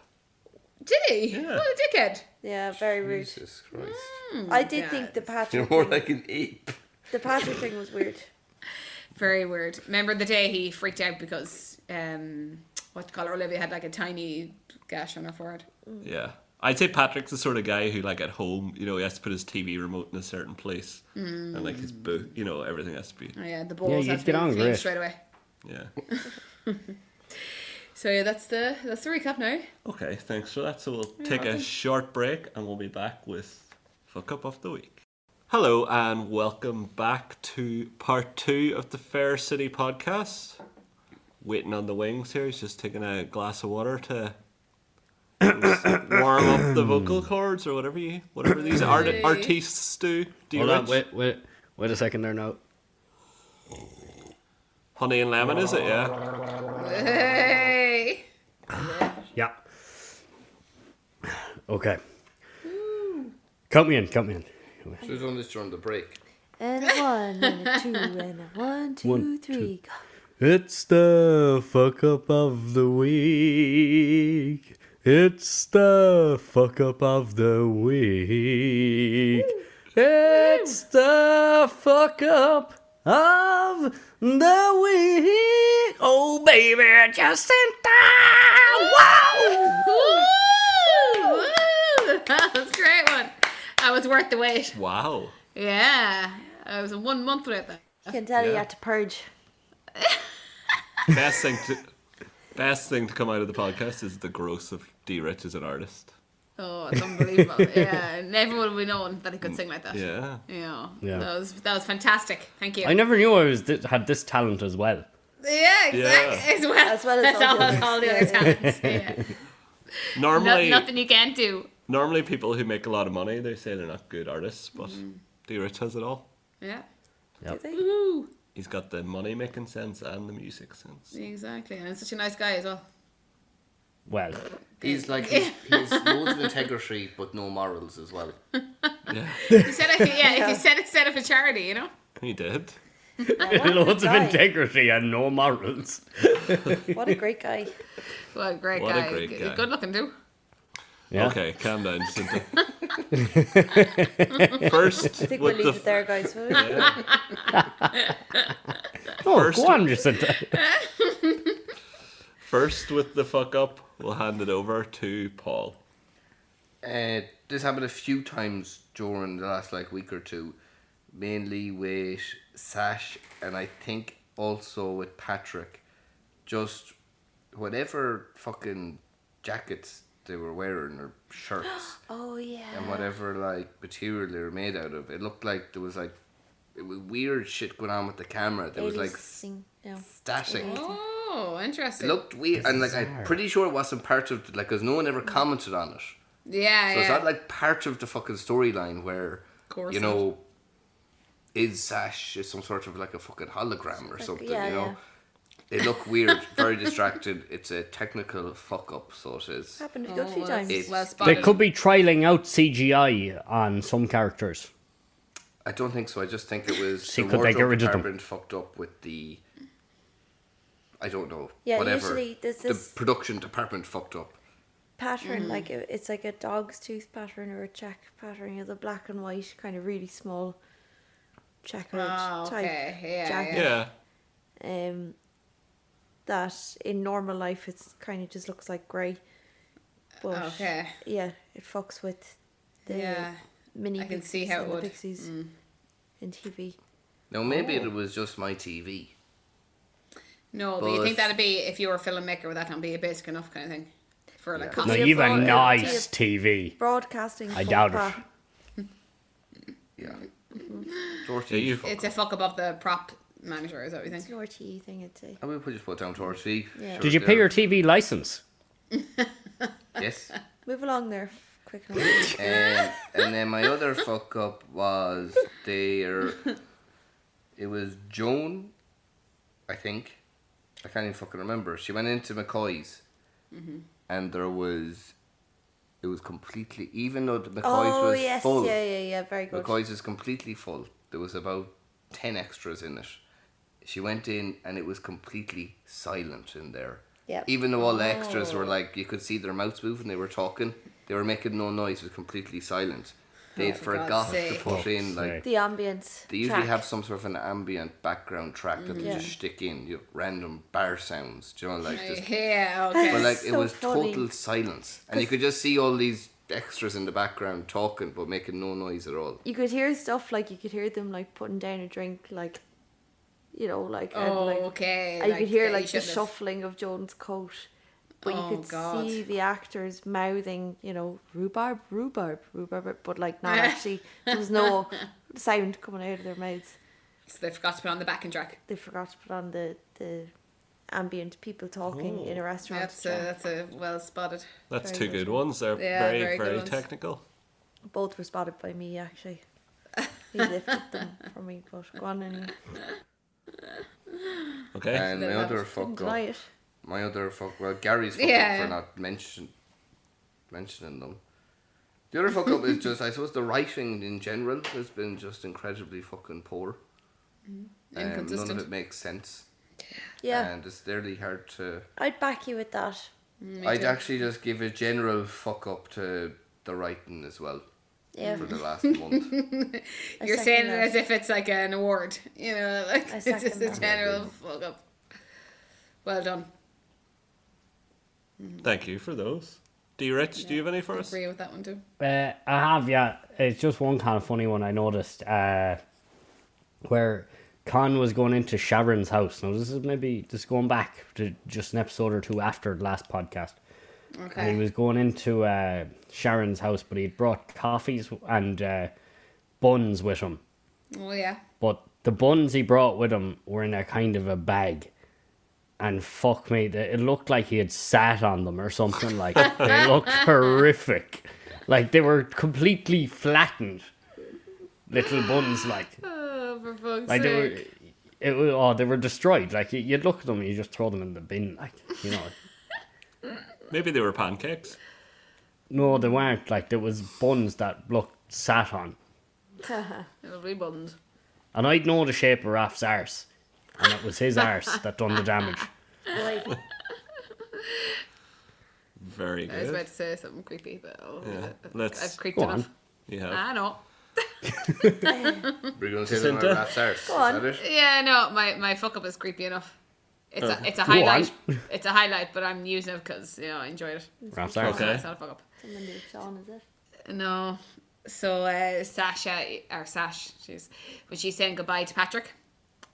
Did he?
Yeah.
What a dickhead.
yeah. Very rude.
Jesus Christ!
I
Hmm,
did
yeah, (laughs)
think the
You're
Patrick,
more
thing-
like an ape.
the Patrick thing was weird.
Very weird. Remember the day he freaked out because um, what do you call it? Olivia had like a tiny gash on her forehead.
Yeah. I'd say Patrick's the sort of guy who, like, at home, you know, he has to put his TV remote in a certain place,
Mm.
and like his book, you know, everything has to be.
Oh, yeah, the balls
you'd
had to
get
be
on
cleaned
great.
straight away.
Yeah.
So yeah, that's the that's the recap now.
Okay, thanks for that. So we'll take a short break and we'll be back with Fuck Up of the Week. Hello and welcome back to part two of the Fair City podcast. Waiting on the wings here, he's just taking a glass of water to warm up the vocal cords or whatever you whatever these art-
Yay.
artists do. Do you
Hold on,
Rich?
wait, wait, wait a second there now.
Honey and lemon, is it? Yeah.
Hey,
Yeah. Okay. Count me in, count me in.
She was on this during the break.
And a one, and a two, and a one, two, three.
One, It's the fuck up of the week. It's the fuck up of the week. It's the fuck up of the week. Oh, baby, just in time. Wow!
Woo! (laughs) that was a great one. That was worth the wait.
Wow.
Yeah, I was in one month without that.
Can tell you
Yeah.
had to purge.
Best thing to best thing to come out of the podcast is the gross of D Rich as an artist.
Oh, it's unbelievable. yeah, and everyone would be known that he could sing like that.
Yeah.
Yeah,
Yeah.
that was that was fantastic. Thank you.
I never knew I was th- had this talent as well.
Yeah, exactly. (laughs)
Yeah.
As well
As well as
that's
all
all,
the others.
all the other talents. Yeah.
Normally,
No, nothing you can't do.
normally people who make a lot of money they say they're not good artists, but
Mm-hmm.
D Rich has it all.
Yeah.
Yep.
Woo.
He's got the money making sense and the music sense.
Exactly, and such a nice guy as well.
Well,
He's like he's, he's loads of integrity but no morals as well.
(laughs)
Yeah,
He said, I, (laughs) "Yeah, he said it set up a charity." You know.
he did.
(laughs) loads of
guy.
integrity and no morals.
What a great guy.
Well, great
What a
guy.
great
G-
guy.
Good looking too.
Yeah.
Okay, calm down.
(laughs)
Jacinta. First,
I
with
think we'll leave
the
it there, guys. will we?
Oh,
First-
go on, Jacinta.
first with the fuck up, we'll hand it over to Paul.
Uh, this happened a few times during the last like week or two, mainly with Sash and I think also with Patrick. Just whatever fucking jackets they were wearing or shirts
Oh, yeah.
and whatever like material they were made out of, it looked like there was like it was weird shit going on with the camera. There was like
Sing. No.
static.
Oh,
It
interesting.
looked weird, and like I'm pretty sure it wasn't part of the, like because no one ever commented on it.
yeah,
So
yeah.
it's
Uh,
not like part of the fucking storyline where
course
you
not.
know is Sash is some sort of like a fucking hologram or something,
yeah,
you know? They look weird,
(laughs)
very distracted. It's a technical fuck up, so it is.
Happened a
Oh,
good few
well,
times.
It's-
well
They
spotted.
could be trialing out CGI on some characters.
I don't think so. I just think it was
See,
the
could they get
wardrobe
rid of them?
department fucked up with the I don't know.
Yeah,
whatever.
usually there's this-
the production department fucked up.
Mm.
Pattern, like it- it's like a dog's tooth pattern or a check pattern. You know, the black and white kind of really small checkered
Oh,
type
okay. Yeah,
jacket.
Yeah,
um, that in normal life it's kind of just looks like grey. But
Okay.
yeah, it fucks with the
Yeah.
mini
I can
pixies
see how it
and
would. Mm.
the pixies in TV.
Now maybe
Oh.
it was just my TV.
No, but you
But-
think that'd be if you were a filmmaker, would that not be a basic enough kind of thing for like?
Now
costume?
Yeah,
you've a
but-
nice TV.
Broadcasting.
I doubt it.
faux
Yeah.
Mm-hmm.
yeah,
Dorothy.
you.
It's a fuck above the prop manager. Is that what you
pas. It's
think?
an RTE thing, I'd say.
I would just put down Dorothy.
Yeah.
Did you pay your TV license?
Yes.
Move along there, quick. enough.
Um, and then my other fuck up was their It was Joan, I think. I can't even fucking remember. She went into McCoy's,
Mm-hmm.
and there was, it was completely even though the McCoy's
oh
was
yes,
full.
yeah, yeah, yeah. Very good.
McCoy's is completely full. There was about ten extras in it. She went in and it was completely silent in there.
Yep. Oh.
Even though all the extras were like, you could see their mouths moving. They were talking. They were making no noise. It was completely silent.
Oh,
They'd
for God's
forgot to
sake.
put in
Fuck's
like
sake.
The ambience.
they usually
track.
have some sort of an ambient background track that they
Yeah.
just stick in, you know, random bar sounds, do you know,
(laughs)
like this.
Yeah, okay.
But like it
so
was
funny.
total silence, and you could just see all these extras in the background talking but making no noise at all.
You could hear stuff like you could hear them like putting down a drink, like you know, like and
oh,
like
okay.
and you could hear
that
like the
shouldn't have-
shuffling of Joan's coat. But
Oh,
you could
God.
see the actors mouthing, you know, rhubarb, rhubarb, rhubarb, but like
(laughs)
not actually. There was no sound coming out of their mouths.
So they forgot to put on the backing track.
They forgot to put on the the ambient people talking in a restaurant.
Oh, That's a, that's a well spotted.
That's
Very
two
good.
good ones. They're
Yeah,
very,
very
very,
good ones.
technical.
Both were spotted by me (laughs) actually. He lifted them for me, but go on and
Okay.
And my
That- that
other
was-
fuck
deny
up,
it.
my other fuck well, Gary's fuck
Yeah.
up for not mention, mentioning them. The other
(laughs)
fuck up is just, I suppose, the writing in general has been just incredibly fucking poor. Um, none of
Mm-hmm. Inconsistent.
it makes sense,
Yeah,
and it's really hard to
I'd back you with that.
Me
I'd
too.
actually just give a general fuck up to the writing as well
Yeah,
for the
(laughs)
last month.
I
You're
second
saying it
that.
as if it's like an award, you know, (laughs) like
I
it's just
second
a
that.
general fuck up. Well done.
Thank you for those. D Rich, do you have any for us?
Agree with that one too.
Uh, I have, yeah. It's just one kind of funny one I noticed uh, where Khan was going into Sharon's house. Now, this is maybe just going back to just an episode or two after the last podcast. And
Okay.
he was going into uh, Sharon's house, but he'd brought coffees and uh, buns with him.
oh yeah.
But the buns he brought with him were in a kind of a bag. And fuck me, th- it looked like he had sat on them or something. Like they looked horrific. Like they were completely flattened. Little buns, like
Oh, for fuck's
like they were.
sake.
It was, oh, they were destroyed. Like you- you'd look at them, and you just throw them in the bin. Like you know,
Maybe they were pancakes.
no, they weren't. Like there was buns that looked sat on.
It'll be buns.
And I'd know the shape of Raf's arse. And it was his arse that done the damage.
(laughs)
Very
I was
good.
about to say something creepy, but I'll
Yeah,
yeah.
let's
I've creeped
go
enough.
on.
You
I
have.
know.
We're going to say that
Jacinta?
rat's arse. Is
on.
that it?
Yeah, I know. My my fuck up is creepy enough. It's a it's a
Uh, Go on. (laughs)
highlight. It's a highlight, but I'm using it because you know I enjoyed it.
Raf's arse.
Okay.
It's not a fuck up.
Someone did Sean, is it?
No. So uh, Sasha or Sash, she's when she's saying goodbye to Patrick,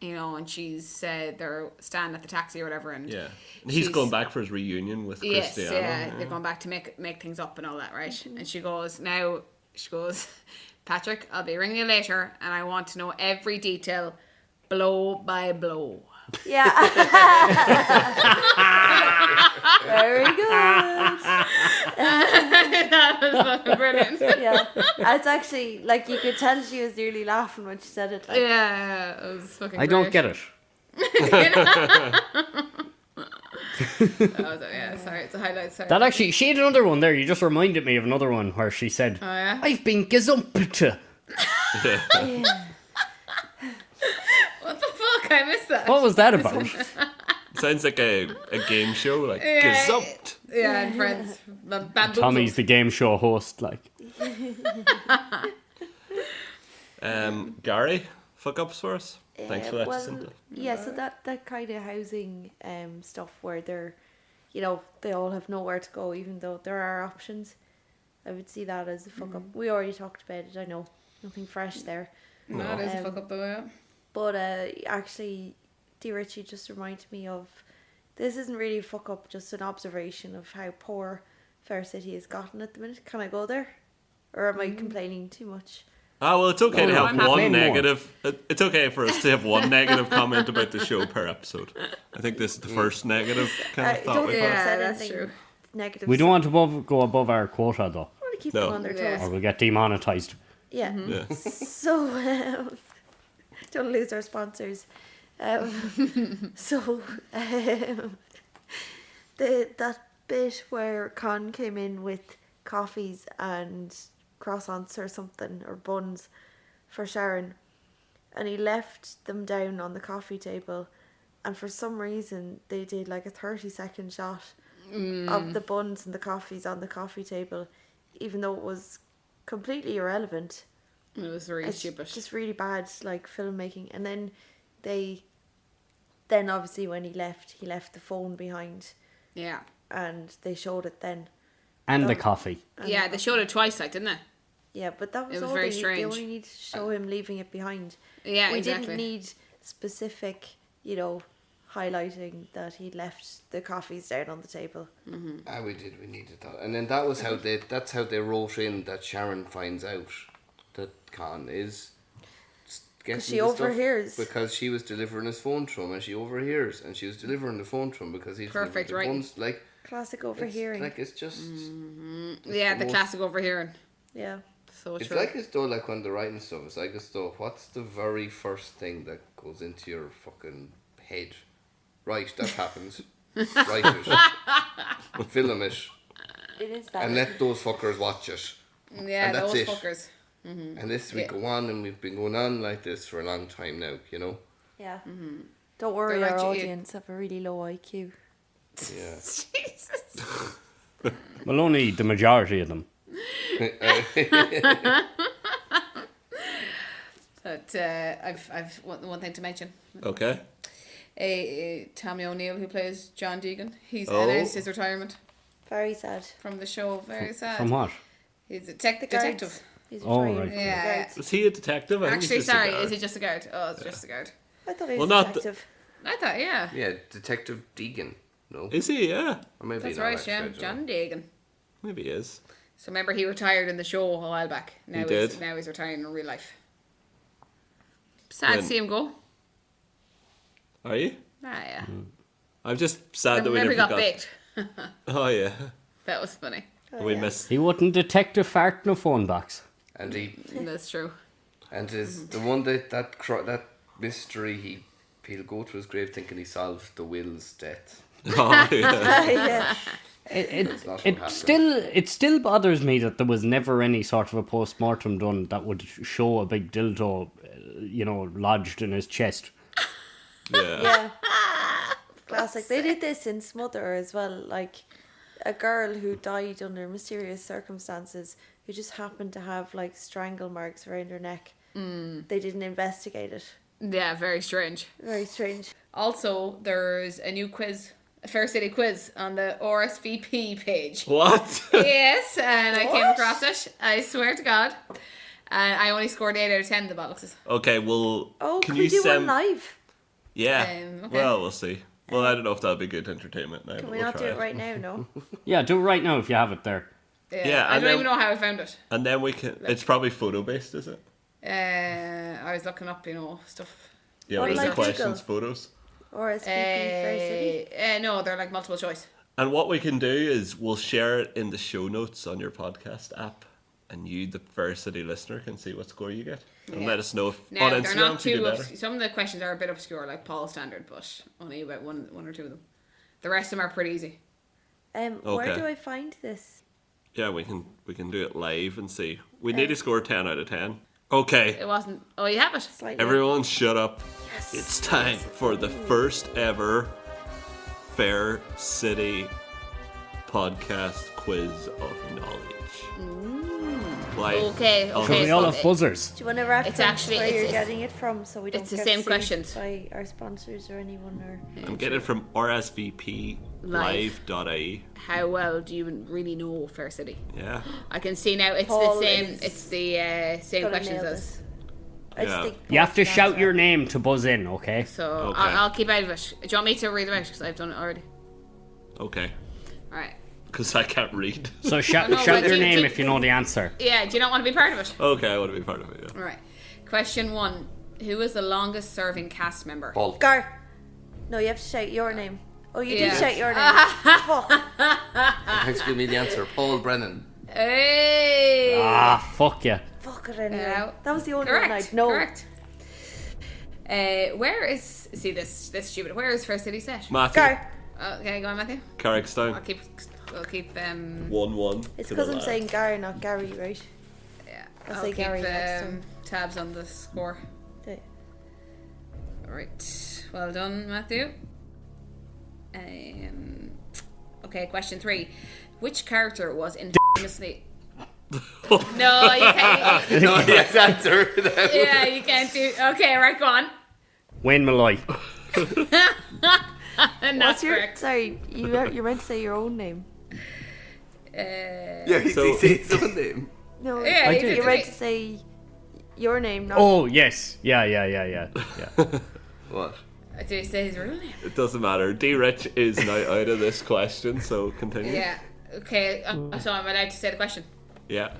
you know, and she's uh, they're standing at the taxi or whatever, and
Yeah. He's
she's-
going back for his reunion with
Yes,
Cristiano.
yeah, they're going back to make make things up and all that, right? And she goes now. She goes, (laughs) Patrick, I'll be ringing you later, and I want to know every detail, blow by blow.
(laughs) Yeah. Very good.
that was fucking (laughs) brilliant.
Yeah. It's actually like you could tell she was nearly laughing when she said it. Like,
(laughs) Yeah, it was fucking.
I don't get it.
That was, yeah, sorry, it's a highlight. Sorry.
That actually, she had another one there. You just reminded me of another one where she said,
oh yeah.
I've been gazumped.
What the fuck? I missed that.
What was that (laughs) about?
Sounds like a, a game show, like
Yeah.
gazumped.
Yeah, and friends. Bam- bamboozled.
Tommy's the game show host, like.
Um, Gary, fuck ups for us. Thanks
uh,
for that,
well,
Jacinta.
Yeah, so that, that kind of housing um stuff where they're, you know, they all have nowhere to go, even though there are options. I would see that as a fuck up.
Mm-hmm.
We already talked about it, I know. Nothing fresh there.
No, that is a
Um,
fuck up though. Yeah.
But uh, actually, Dear Richie just reminded me of this isn't really a fuck up, just an observation of how poor Fair City has gotten at the minute. Can I go there? Or am I
Mm-hmm.
complaining too much?
Ah, well, it's okay
No,
to
no,
have
I'm happy.
one
Name more.
negative. it- It's okay for us to have one negative comment about the show per episode. I think this is the first negative
Uh,
kind
I
of thought
don't
we've
think
had.
Yeah,
I've said
that's
anything
true.
negative.
We don't
so
want to above, go above our quota, though,
I want to keep
No.
them on their
Yeah.
toes.
Mm-hmm. or we'll get demonetized.
Yeah.
Yeah.
So, um, (laughs) Don't lose our sponsors. Um, so um, the that bit where Con came in with coffees and croissants or something or buns for Sharon, and he left them down on the coffee table, and for some reason they did like a thirty second shot of the buns and the coffees on the coffee table, even though it was completely irrelevant.
It was really
It's
stupid.
Just really bad, like filmmaking. And then they, then obviously when he left, he left the phone behind,
yeah.
and they showed it then.
And the coffee.
Yeah, they showed it twice, like, didn't
Yeah, but that was,
It was
all
very
they, need-
strange.
They only need to show him leaving it behind.
they? Yeah,
we
exactly.
didn't need specific, you know, highlighting that he left the coffees down on the table.
Ah, we did. We needed that, and then that was how they. That's how they wrote in that Sharon finds out that Con is. s- getting
she
the stuff
overhears.
because she was delivering his phone to him, and she overhears, and she was delivering the phone to him because he's
Perfect writing.
like
Classic
it's,
overhearing.
Like it's just.
yeah,
the
the
most-
classic overhearing.
yeah.
So
It's
true.
like as though, like when the writing stuff, it's like as though, what's the very first thing that goes into your fucking head? Right, that happens. Write it. Film it.
It is that.
And let those fuckers watch it.
yeah,
and that's
those
it.
fuckers.
And this we
Yeah.
go on, and we've been going on like this for a long time now, you know?
Yeah. Don't worry,
Mm-hmm. They're
our
actually-
audience have a really low IQ.
Yeah.
Jesus.
Well, only the majority of them.
But uh, I've, I've one, one thing to mention.
Okay.
A, uh Tommy O'Neill, who plays John Deegan, he's
Oh.
announced his retirement
Very sad.
from the show. Very sad.
From what?
He's a tech
The
detective.
guards. He's
Oh,
retiring
right.
from the
Yeah.
guards.
Is he a detective? I think Oh, he's
Actually,
just a
sorry,
guard.
is he just a guard? Oh, it's just a guard.
I thought he
Well,
was
not the-
detective.
I thought, yeah.
yeah, Detective Deegan. No?
Is he? Yeah.
Or maybe
That's
not,
right,
actually, I
yeah.
don't know.
John Deegan.
Maybe he is.
So remember, he retired in the show a while back. Now he's,
did.
Now he's retiring in real life. Sad to
When-
see him go.
Are you?
Ah, yeah.
Mm. I'm just sad that we
remember
never
he got
got.
baked.
Oh yeah.
That was funny.
Oh,
we
yeah.
missed. (laughs)
He wouldn't detect a fart in a phone box.
And he
(laughs) That's true.
And
Mm-hmm.
is the one that that cro- that mystery he he'll go to his grave thinking he solved the will's death.
Oh
(laughs)
yeah.
yeah.
It,
That's
it,
not what
it
happened.
still it still bothers me that there was never any sort of a post mortem done that would show a big dildo, uh, you know, lodged in his chest.
yeah.
yeah. (laughs) Classic. They did this in Smother as well. Like a girl who died under mysterious circumstances who just happened to have like strangle marks around her neck.
Hmm.
Mm. They didn't investigate it.
Yeah, very strange.
Very strange.
Also, there's a new quiz, a Fair City quiz on the RSVP page.
What?
yes, and I came
What?
across it. I swear to God. And I only scored 8 out of 10 the boxes.
(laughs) okay. Well.
Oh,
can
could we
you
do
send?
one live? Um,
Yeah.
Um, okay.
Well, we'll see. Well, I don't know if that'll be good entertainment now.
Can
but
we
we'll
not do
try
it right now?
(laughs)
No.
Yeah, do it right now if you have it there.
Yeah,
Yeah,
I
and
don't
then-
even know how I found it.
And then we can. It's probably photo based, is it?
Uh, I was looking up, you know, stuff.
Yeah.
Or
What is the
like Google.
questions? Photos.
Or SPP Fair City.
Uh, uh, no, they're like multiple choice.
And what we can do is we'll share it in the show notes on your podcast app, and you, the Fair City listener, can see what score you get and
Yeah.
let us know if
Now
on
they're
Instagram
not
if you
too.
do better.
Obs- some of the questions are a bit obscure, like Paul standard, but only about one, one or two of them. The rest of them are pretty easy.
Um, Where
Okay.
do I find this?
Yeah, we can we can do it live and see. We need to score ten out of ten. Okay,
It wasn't. Oh, you have it.
Slightly.
everyone, shut up.
Yes.
It's time for the first ever Fair City podcast quiz of knowledge. Like,
Okay,
I'll-
Because
okay.
we all
so
have buzzers.
Do you want to reference
actually-
where
it's-
you're
it's-
getting it from so we don't
it's the
get
same
sued
questions.
by our sponsors or anyone or
I'm getting it from rsvplive.ie.
How well do you really know Fair City?
E. Yeah.
I can see now it's
Paul
the same.
is
It's the uh, same
Gotta
questions
nail
as.
I just
Yeah.
think
You have to
Paul's
shout
answer.
your name to buzz in, okay?
So
Okay.
I'll, I'll keep out of it. Do you want me to read them out because I've done it already?
Okay.
All right.
Because I can't read.
(laughs)
So shout,
no,
shout
but
your
you-
name
you-
if you know the answer.
Yeah. Do you not want to be part of it?
okay, I want to be part of it. Yeah.
All right. Question one: Who is the longest-serving cast member? (laughs)
Paul.
Gar. No, you have to shout your name. Oh, you
Yeah.
did shout
(laughs)
your name. Fuck.
Thanks for giving me the answer.
(laughs)
Paul Brennan.
Hey.
Ah, fuck you.
Fuck it anyway.
Yeah.
That was the only one
Correct.
I'd know.
Correct. Uh, where is see this this stupid? Where is Fair City set? Oh,
Matthew,
Gar,
Okay, go on, Matthew. I'll
Carrickstown,
keep. I'll keep. Um.
one one.
it's because I'm saying Gar, not Gary, right?
Yeah.
I'll
I'll
say
keep
Gary next
um, tabs on the score.
The-
Right. Well done, Matthew. Um. Okay. Question three: Which character was infamously? (laughs) no, you can't.
no, yes, answer.
Yeah, you can't do. Okay, right. Go on. (laughs)
Wayne Malloy.
And
What's
that's
your
correct.
sorry? You you're meant to say your own name.
Uh,
(laughs) yeah, he,
So-
he says his own name.
No,
Yeah,
I
you
did.
did.
you're meant to say your name, not (laughs)
Oh yes, yeah, yeah, yeah, yeah, yeah.
What?
I did say his real name.
It doesn't matter. D. Rich is now out of this question, so continue.
Yeah. Okay.
Hmm.
uh, So I'm allowed to say the question.
Yeah.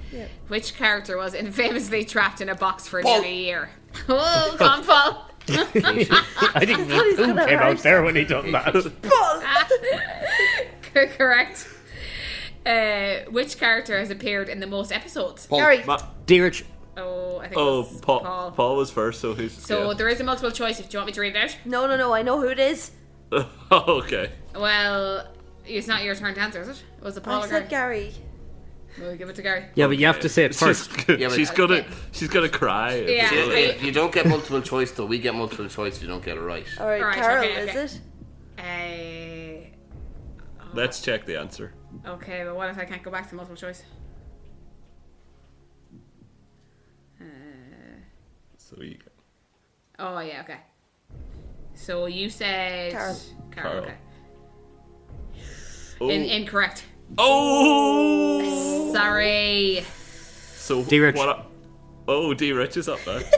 Which character was infamously trapped in a box for nearly a year? (laughs) Oh, come on, Paul. (laughs)
I didn't know who
gonna
came out
hurt.
there when he done that.
C- Correct. Uh, which character has appeared in the most episodes?
Gary. (laughs)
Ma-
Dearich,
Oh, I think
oh,
it's
Paul,
Paul.
Paul. was first, so who's.
So
yeah.
there is a multiple choice. If do you want me to read it out?
No, no, no. I know who it is.
(laughs) Oh, okay.
Well, it's not your turn to answer, is it? Was it Paul
I
or
said
Gary?
Gary.
We'll give it to Gary.
yeah, but you have to say it first.
(laughs) She's,
Yeah, but-
she's gonna
Okay.
she's gonna cry. if
Yeah.
it's
If,
not
Okay.
it.
if you don't get multiple choice, though, we get multiple choice. You don't get it right.
All right,
All right,
Carol,
okay, okay.
is it?
Uh,
Let's check the answer.
Okay, but what if I can't go back to multiple choice?
So you
Oh yeah, okay. So you said
Carol.
Carol,
Carol.
okay.
oh.
In, incorrect.
oh,
Sorry.
so
D. Rich.
What I- oh, D. Rich is up there. (laughs)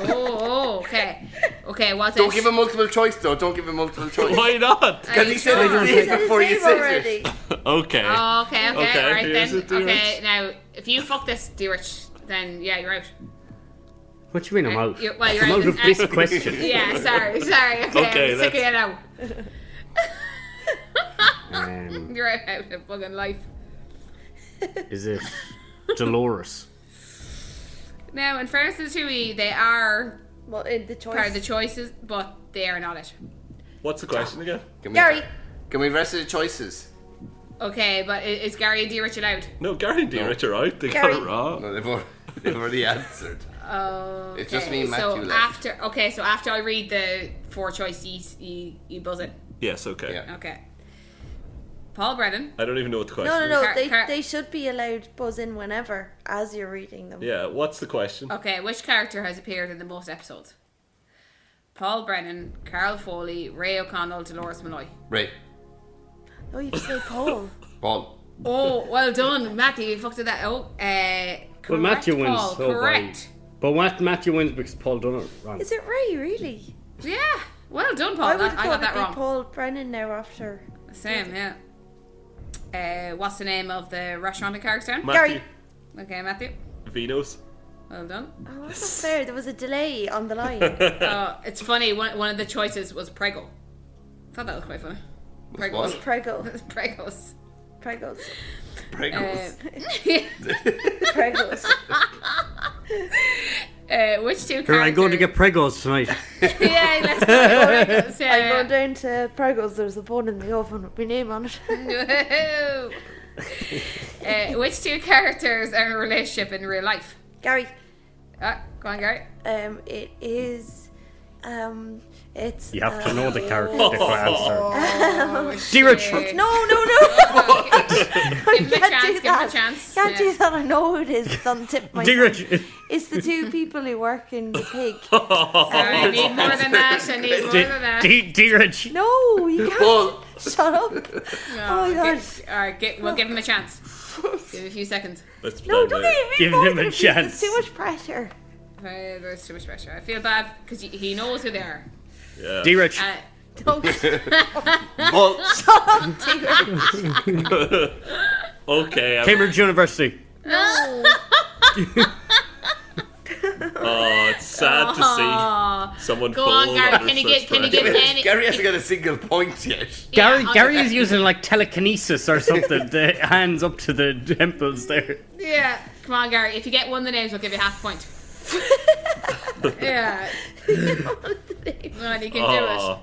Oh, okay. Okay, was
Don't
it?
give him multiple choice, though. Don't give him multiple choice.
Why not?
Are
Because
you
he said
sure?
his name before you
Name
said it.
already.
Okay.
Uh,
Oh, okay, okay,
Okay,
right
here's
then.
it, dear
Okay,
Rich.
now if you fuck this, dear Rich, then yeah, you're out.
What do you mean I'm out?
You're- well, you're
I'm
out
out of
in-
this
uh,
question.
(laughs) Yeah, sorry, sorry. Okay,
Okay,
I'm sick of
that's-
you now.
Um,
You're out of fucking life.
is it Dolores?
Now, in fairness to the two E, they are
Well, in the choice.
part of the choices, but they are not it.
What's the question again?
Can we,
Gary.
Can we rest of the choices?
Okay, but i- is Gary and D Rich allowed?
No, Gary and D.
No.
Rich are out. They got
Gary.
it wrong.
No, they've already, (laughs) they've already answered.
Oh,
It's just me and
So
Matthew left.
after, okay, so after I read the four choice, you, you, you buzz it.
Yes. Okay.
Yeah.
Okay. Paul Brennan.
I don't even know what the question.
No, no, no.
Car-
They,
car-
they should be allowed buzz in whenever as you're reading them.
Is. Yeah. What's the question?
Uh,
Okay, which character has appeared in the most episodes? Paul Brennan, Carl Foley, Ray O'Connell, Dolores Malloy.
Right.
No, Oh, you just say Paul.
Paul.
Oh, well done, Matthew. You fucked at that. Oh, uh, correct,
Well, Matthew wins,
Paul,
so by-
correct.
(laughs) But what Matthew wins because Paul done it wrong.
is it Ray? Really?
Yeah, well done, Paul.
I
I,
would have
I got
thought
Oh, that
it'd be
wrong.
Paul Brennan now after.
Same, yeah. Uh, what's the name of the restaurant in Carrickstown?
Matthew
Gary.
okay, Matthew.
Venus.
Well done.
Oh,
(laughs)
that's not fair. There was a delay on the line.
Uh, it's funny. One, one of the choices was Prego. I thought that was quite funny. (laughs) Pregos.
what?
Prego.
Pregos.
Pregos.
Pringles.
Uh,
Pregos.
(laughs) uh, which two?
Here, I'm going to
characters-
get pregos tonight.
yeah, let's go. to Pregos,
I go
yeah.
down to Pregos. There's a bun in the oven with my name on it.
(laughs) Woohoo. uh, which two characters are in a relationship in real life?
Gary.
Ah, go on, Gary.
Um, it is. Um,
(laughs)
it's.
You have to
uh,
know
(laughs)
the character to answer.
shit.
(laughs) Dearich.
Uh,
No,
(laughs)
no, no!
Give him a
Can't
chance. Give
do
him
that.
a chance.
Can't
Yeah.
do that. I know who it is. It's on the tip of my tongue.
Dearich.
It's the two people who work in the
(laughs)
pig.
Oh.
I need more than that. I need
(laughs)
more than that.
D- Dearich.
No, you can't.
Oh.
Paul.
Shut up.
No,
Oh my God.
get- all right, get, we'll give him
(laughs)
a chance. Give him a few seconds.
Let's
No,
play
don't
now.
Give
give me
him
both
a
of these. It's
chance.
too much pressure. (laughs)
Uh, there's too much pressure. I feel bad because he knows who they are.
Yeah.
Dearich.
Uh,
Paul.
okay. I'm,
Cambridge University.
oh, it's sad to
aw.
see someone
Go
fall
on, Gary.
under
Can you
such
get? Can you
pressure.
give any?
(laughs) Gary hasn't got a single point yet.
Gary,
on-
Gary is using like telekinesis or something. the hands up to the temples there.
Yeah. Come on, Gary. If you get one of the names, we'll give you half a point.
(laughs)
Yeah. Well, you can
Oh,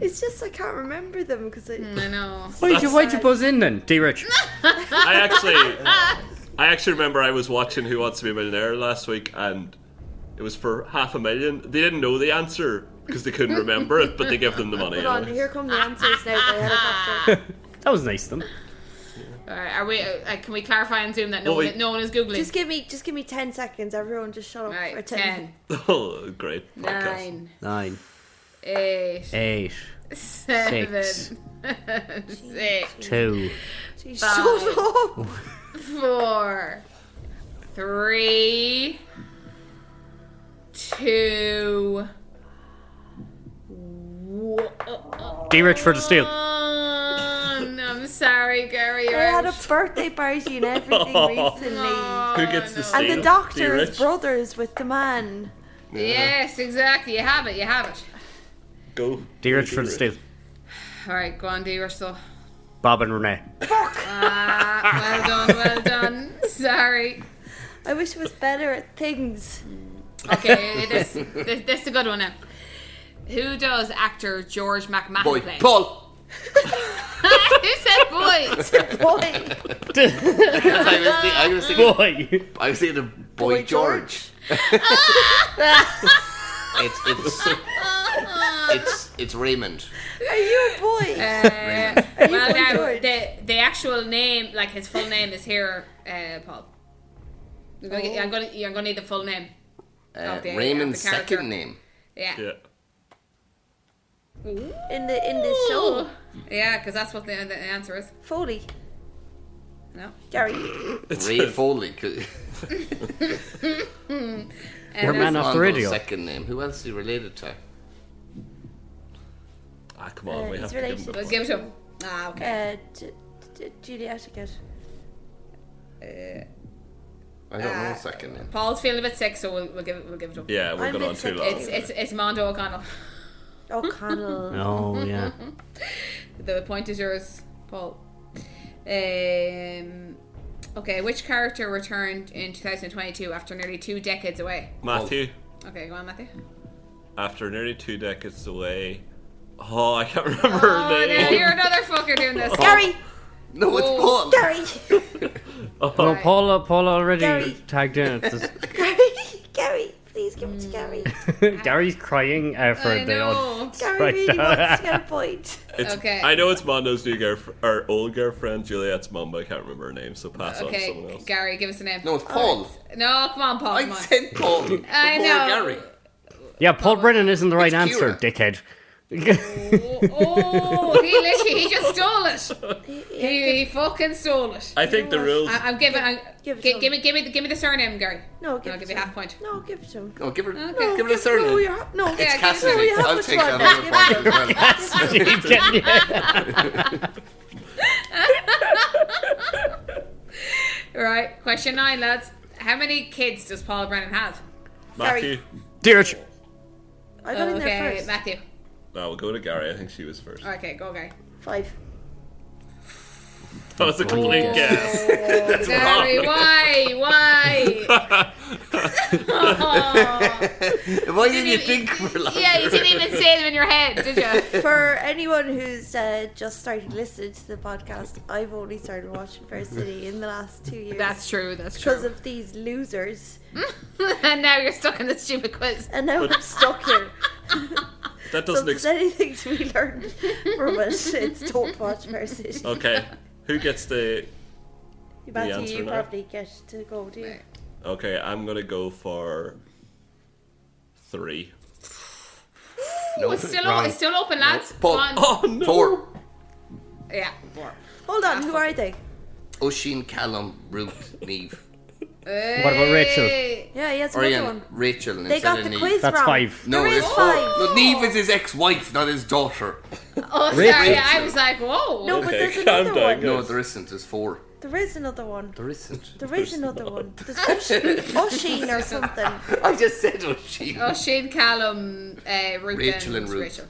It's just I can't remember them because I.
do it. I know.
Why'd you, why'd you buzz in then, D Rich?
I
(laughs)
actually, I actually remember I was watching Who Wants to Be a Millionaire last week, and it was for half a million. They didn't know the answer because they couldn't remember it, but they gave them the money.
Hold on,
anyway.
here come the answers now
(laughs)
by helicopter.
(laughs) That was nice, then.
All right, are we? Uh, can we clarify on Zoom that no,
Well,
one,
we-
no one is googling?
Just give me, just give me ten seconds. Everyone, just shut up
All right,
for ten.
ten,
(laughs) Oh, great podcast.
nine,
Nine,
eight,
eight,
seven,
six,
(laughs) six,
two.
Jeez,
Five.
Shut up.
four, three, two, one.
D Rich for the steal.
I'm sorry, Gary.
I had a birthday party and
(laughs)
everything recently,
Who gets
Oh,
the
and
steal?
the
You
doctor
rich?
is brothers with the man.
Yes, exactly. You have it. You have it.
Go.
D Rich for the steal.
All right, go on, D. Russell.
Bob and Renee. (laughs)
Ah, (laughs) well done, well done. Sorry.
I wish I was better at
(laughs)
things.
Okay, this, this, this is a good one now. Who does actor George McMahon
Boy,
play?
Paul.
(laughs) Who said boy?
Boy,
I was, thi- I was thinking,
Boy!
I was thinking of Boy, George. (laughs) It's it's it's it's Raymond.
are you a boy?
Uh, well,
Boy
now,
George?
the, the actual name, like his full name is here, uh, Paul. I'm gonna, get- I'm gonna, you're gonna need the full name.
Uh,
Okay,
Raymond's
the character.
second name.
Yeah.
Yeah.
in the in the show,
Yeah, because that's what the, the answer is.
Foley,
No.
Gary.
Ray Foley. 'cause-
Uh,
We're man
that's-
off the
Rondo's
radio.
Second name. Who else is he related to?
(laughs) Ah, come on,
Uh,
we have to
he's
give him
related.
the
Let's give it to him. Ah, okay.
Uh, J- J- Judy Etiquette.
I don't know his second name.
Uh, Paul's feeling a bit sick, so we'll, we'll give it. We'll give it up.
Yeah, we're
I'm
going on too
excited.
long.
It's it's it's Mondo O'Connell. (laughs)
O'Connell.
Oh, (laughs) yeah.
The point is yours, Paul. Um. Okay, which character returned in 2022 after nearly two decades away?
Matthew,
Okay, go on, Matthew.
after nearly two decades away, oh, I can't (laughs) remember
Oh,
her
now
name.
you're another fucker doing this.
Gary,
No, it's
Oh.
Paul.
Gary,
No,
Right.
Paula, Paula uh, already
Gary.
tagged in. at this-
Gary, Gary. Please give it to
(laughs)
Gary.
(laughs) Gary's crying uh, for
I
the odd.
know.
Gary
Right.
really wants to get a point.
(laughs)
It's,
Okay.
I know it's Mondo's new girlfriend, or old girlfriend, Juliet's mum, but I can't remember her name, so pass on to someone
Okay,
else.
Gary, give us a name.
No, it's Paul.
No, come on, Paul. Come
I
on.
said Paul.
I
before
know.
Gary.
Yeah, Paul Brennan isn't the right
It's
answer,
(laughs)
dickhead. (laughs)
Oh, oh, he literally he just stole it. He, he fucking stole it.
I think the rules.
I, I'm giving. I'm,
Give it
gi-
to
give me, give me, the, give me the surname, Gary.
No, give
I'll
it
give
to
you
him.
half point.
No, give it to him.
No, give her.
Okay.
Give her a surname.
No, you're no.
It's
Yeah, give us-
Cassidy.
we have
I'll
this
take
one.
that other point as well.
He's getting it.
Right. Question nine, lads. How many kids does Paul Brennan have?
Matthew.
Dirge.
I got in there
okay,
first.
Matthew.
No, we'll go to Gary. I think she was first.
Okay, go, Gary.
Five.
That was a complete guess.
Gary, why, why?
(laughs) Why didn't you
you-
think for long?
yeah, you didn't even say them in your head, did you?
For anyone who's uh, just started listening to the podcast, I've only started watching Fair City in the last two years
That's true. That's
because
true.
of these losers,
(laughs) and now you're stuck in this stupid quiz. (laughs)
and now I'm stuck here.
That
So
doesn't
if there's
explain.
anything to be learned from it, it's don't watch Fair City. (laughs)
Okay. Who gets the. answer
Matthew, you
now.
probably get to go, do you?
Okay, I'm going to go for three.
No,
It's still,
wrong.
o- it's still open, lads.
Paul.
One.
Oh, no.
Four.
Yeah.
Hold on, who are they?
Oisin, Callum, Ruth, Neve,
What about Rachel?
Hey.
Yeah, yes, another
Orion,
one.
Rachel. and
They
instead
got
of
the
Niamh.
quiz
That's
wrong.
five.
No,
There
it's
is
four.
five.
No, Neve is his ex-wife, not his daughter.
Oh, sorry.
Rachel.
I was like, whoa.
No, Oh, but
Okay,
there's
calm
another
down,
one.
guys.
No, there isn't. There's four.
There is another one.
There isn't.
There is another one. There's Oisin Oisin or something.
(laughs) I just said Oisin.
Oh, Shane Callum, uh, Ruth
Rachel and Ruth.
Rachel.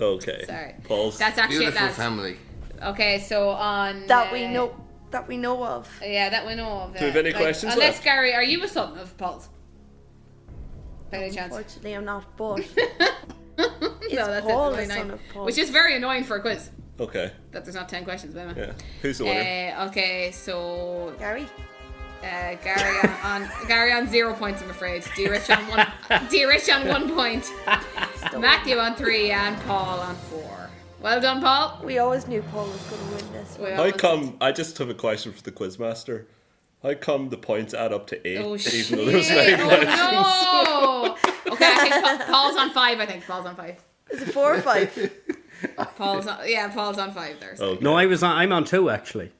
Okay.
Sorry.
Paul's.
Oh, That's actually it,
Beautiful
lads.
family.
Okay, so on
That
uh,
we know that we know of.
Yeah, that we know of. Do
we have any questions
Unless
left?
Gary, are you a son of Paul's? by any chance?
Unfortunately, I'm not, but
(laughs) no, that's
Paul,
it. Really
the son
annoying.
of Paul.
Which is very annoying for a quiz
Okay.
that there's not ten questions. But anyway.
Yeah. Who's the winner?
Uh, okay, so
Gary,
uh, Gary on, on Gary on zero points, I'm afraid. D Rich on one, D Rich on one point, Matthew on three, and Paul on four. Well done, Paul.
we always knew Paul was going to win this.
We
One.
How
almost-
come? I just have a question for the quizmaster. How come the points add up to eight,
Oh shit!
even though there's nine left?
Oh, no. okay, I think Pa- Paul's on five. I think Paul's on five.
Is
(laughs)
it four or five?
Paul's on, yeah, Paul's on five there. So.
Okay.
No, I was on, I'm on two actually.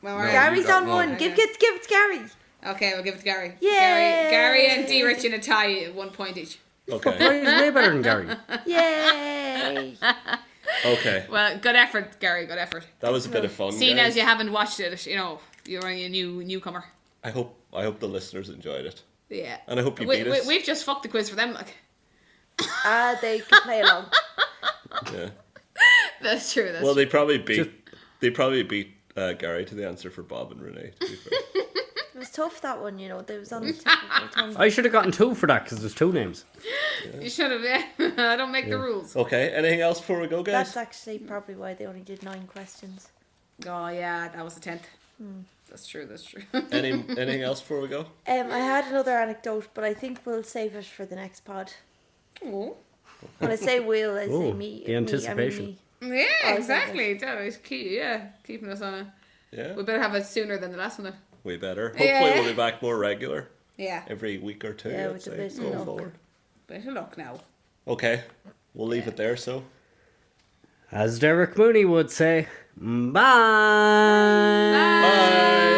Well, all right.
Gary's
got
on
one.
one. Give it, give it to Gary.
Okay, we'll give it to Gary.
Yay.
Gary, Gary and D Rich in a tie, at one point each.
Okay.
I was way better than Gary. (laughs)
Yay!
Okay.
Well, good effort, Gary. Good effort.
That was a bit of fun.
Seeing
guys.
as you haven't watched it, you know you're only a new newcomer.
I hope I hope the listeners enjoyed it,
Yeah.
and I hope you
we,
beat
we,
us.
We've just fucked the quiz for them. Like (laughs)
Ah, they can play along.
Yeah.
that's true. That's
Well, they probably beat
Just-
they probably beat uh, Gary to the answer for Bob and Renee. To be fair.
It was tough that one, you know. They was on the tip of my
(laughs)
tongue.
I should have gotten two for that because there's two names.
true. You should have. Yeah. (laughs) I don't make the
(laughs)
rules.
okay. Anything else before we go, guys?
That's actually probably why they only did nine questions.
Oh yeah, that was the tenth.
Hmm.
That's true. That's true. (laughs)
Any anything else before we go?
Um, I had another anecdote, but I think we'll save it for the next pod.
Oh.
When
(laughs)
I say will, I say
Ooh,
me.
the
me, I mean
anticipation.
me.
Yeah,
Oh,
exactly. That was key. Yeah, keeping us on a.
Yeah.
We better have it sooner than the last one. Then.
We better. Hopefully,
Yeah.
we'll be back more regular
Yeah.
every week or two.
Yeah,
I'd
with a
say,
bit of
going
luck.
forward.
Better luck now.
Okay. We'll leave it there. So.
As Derek Mooney would say, bye.
Bye.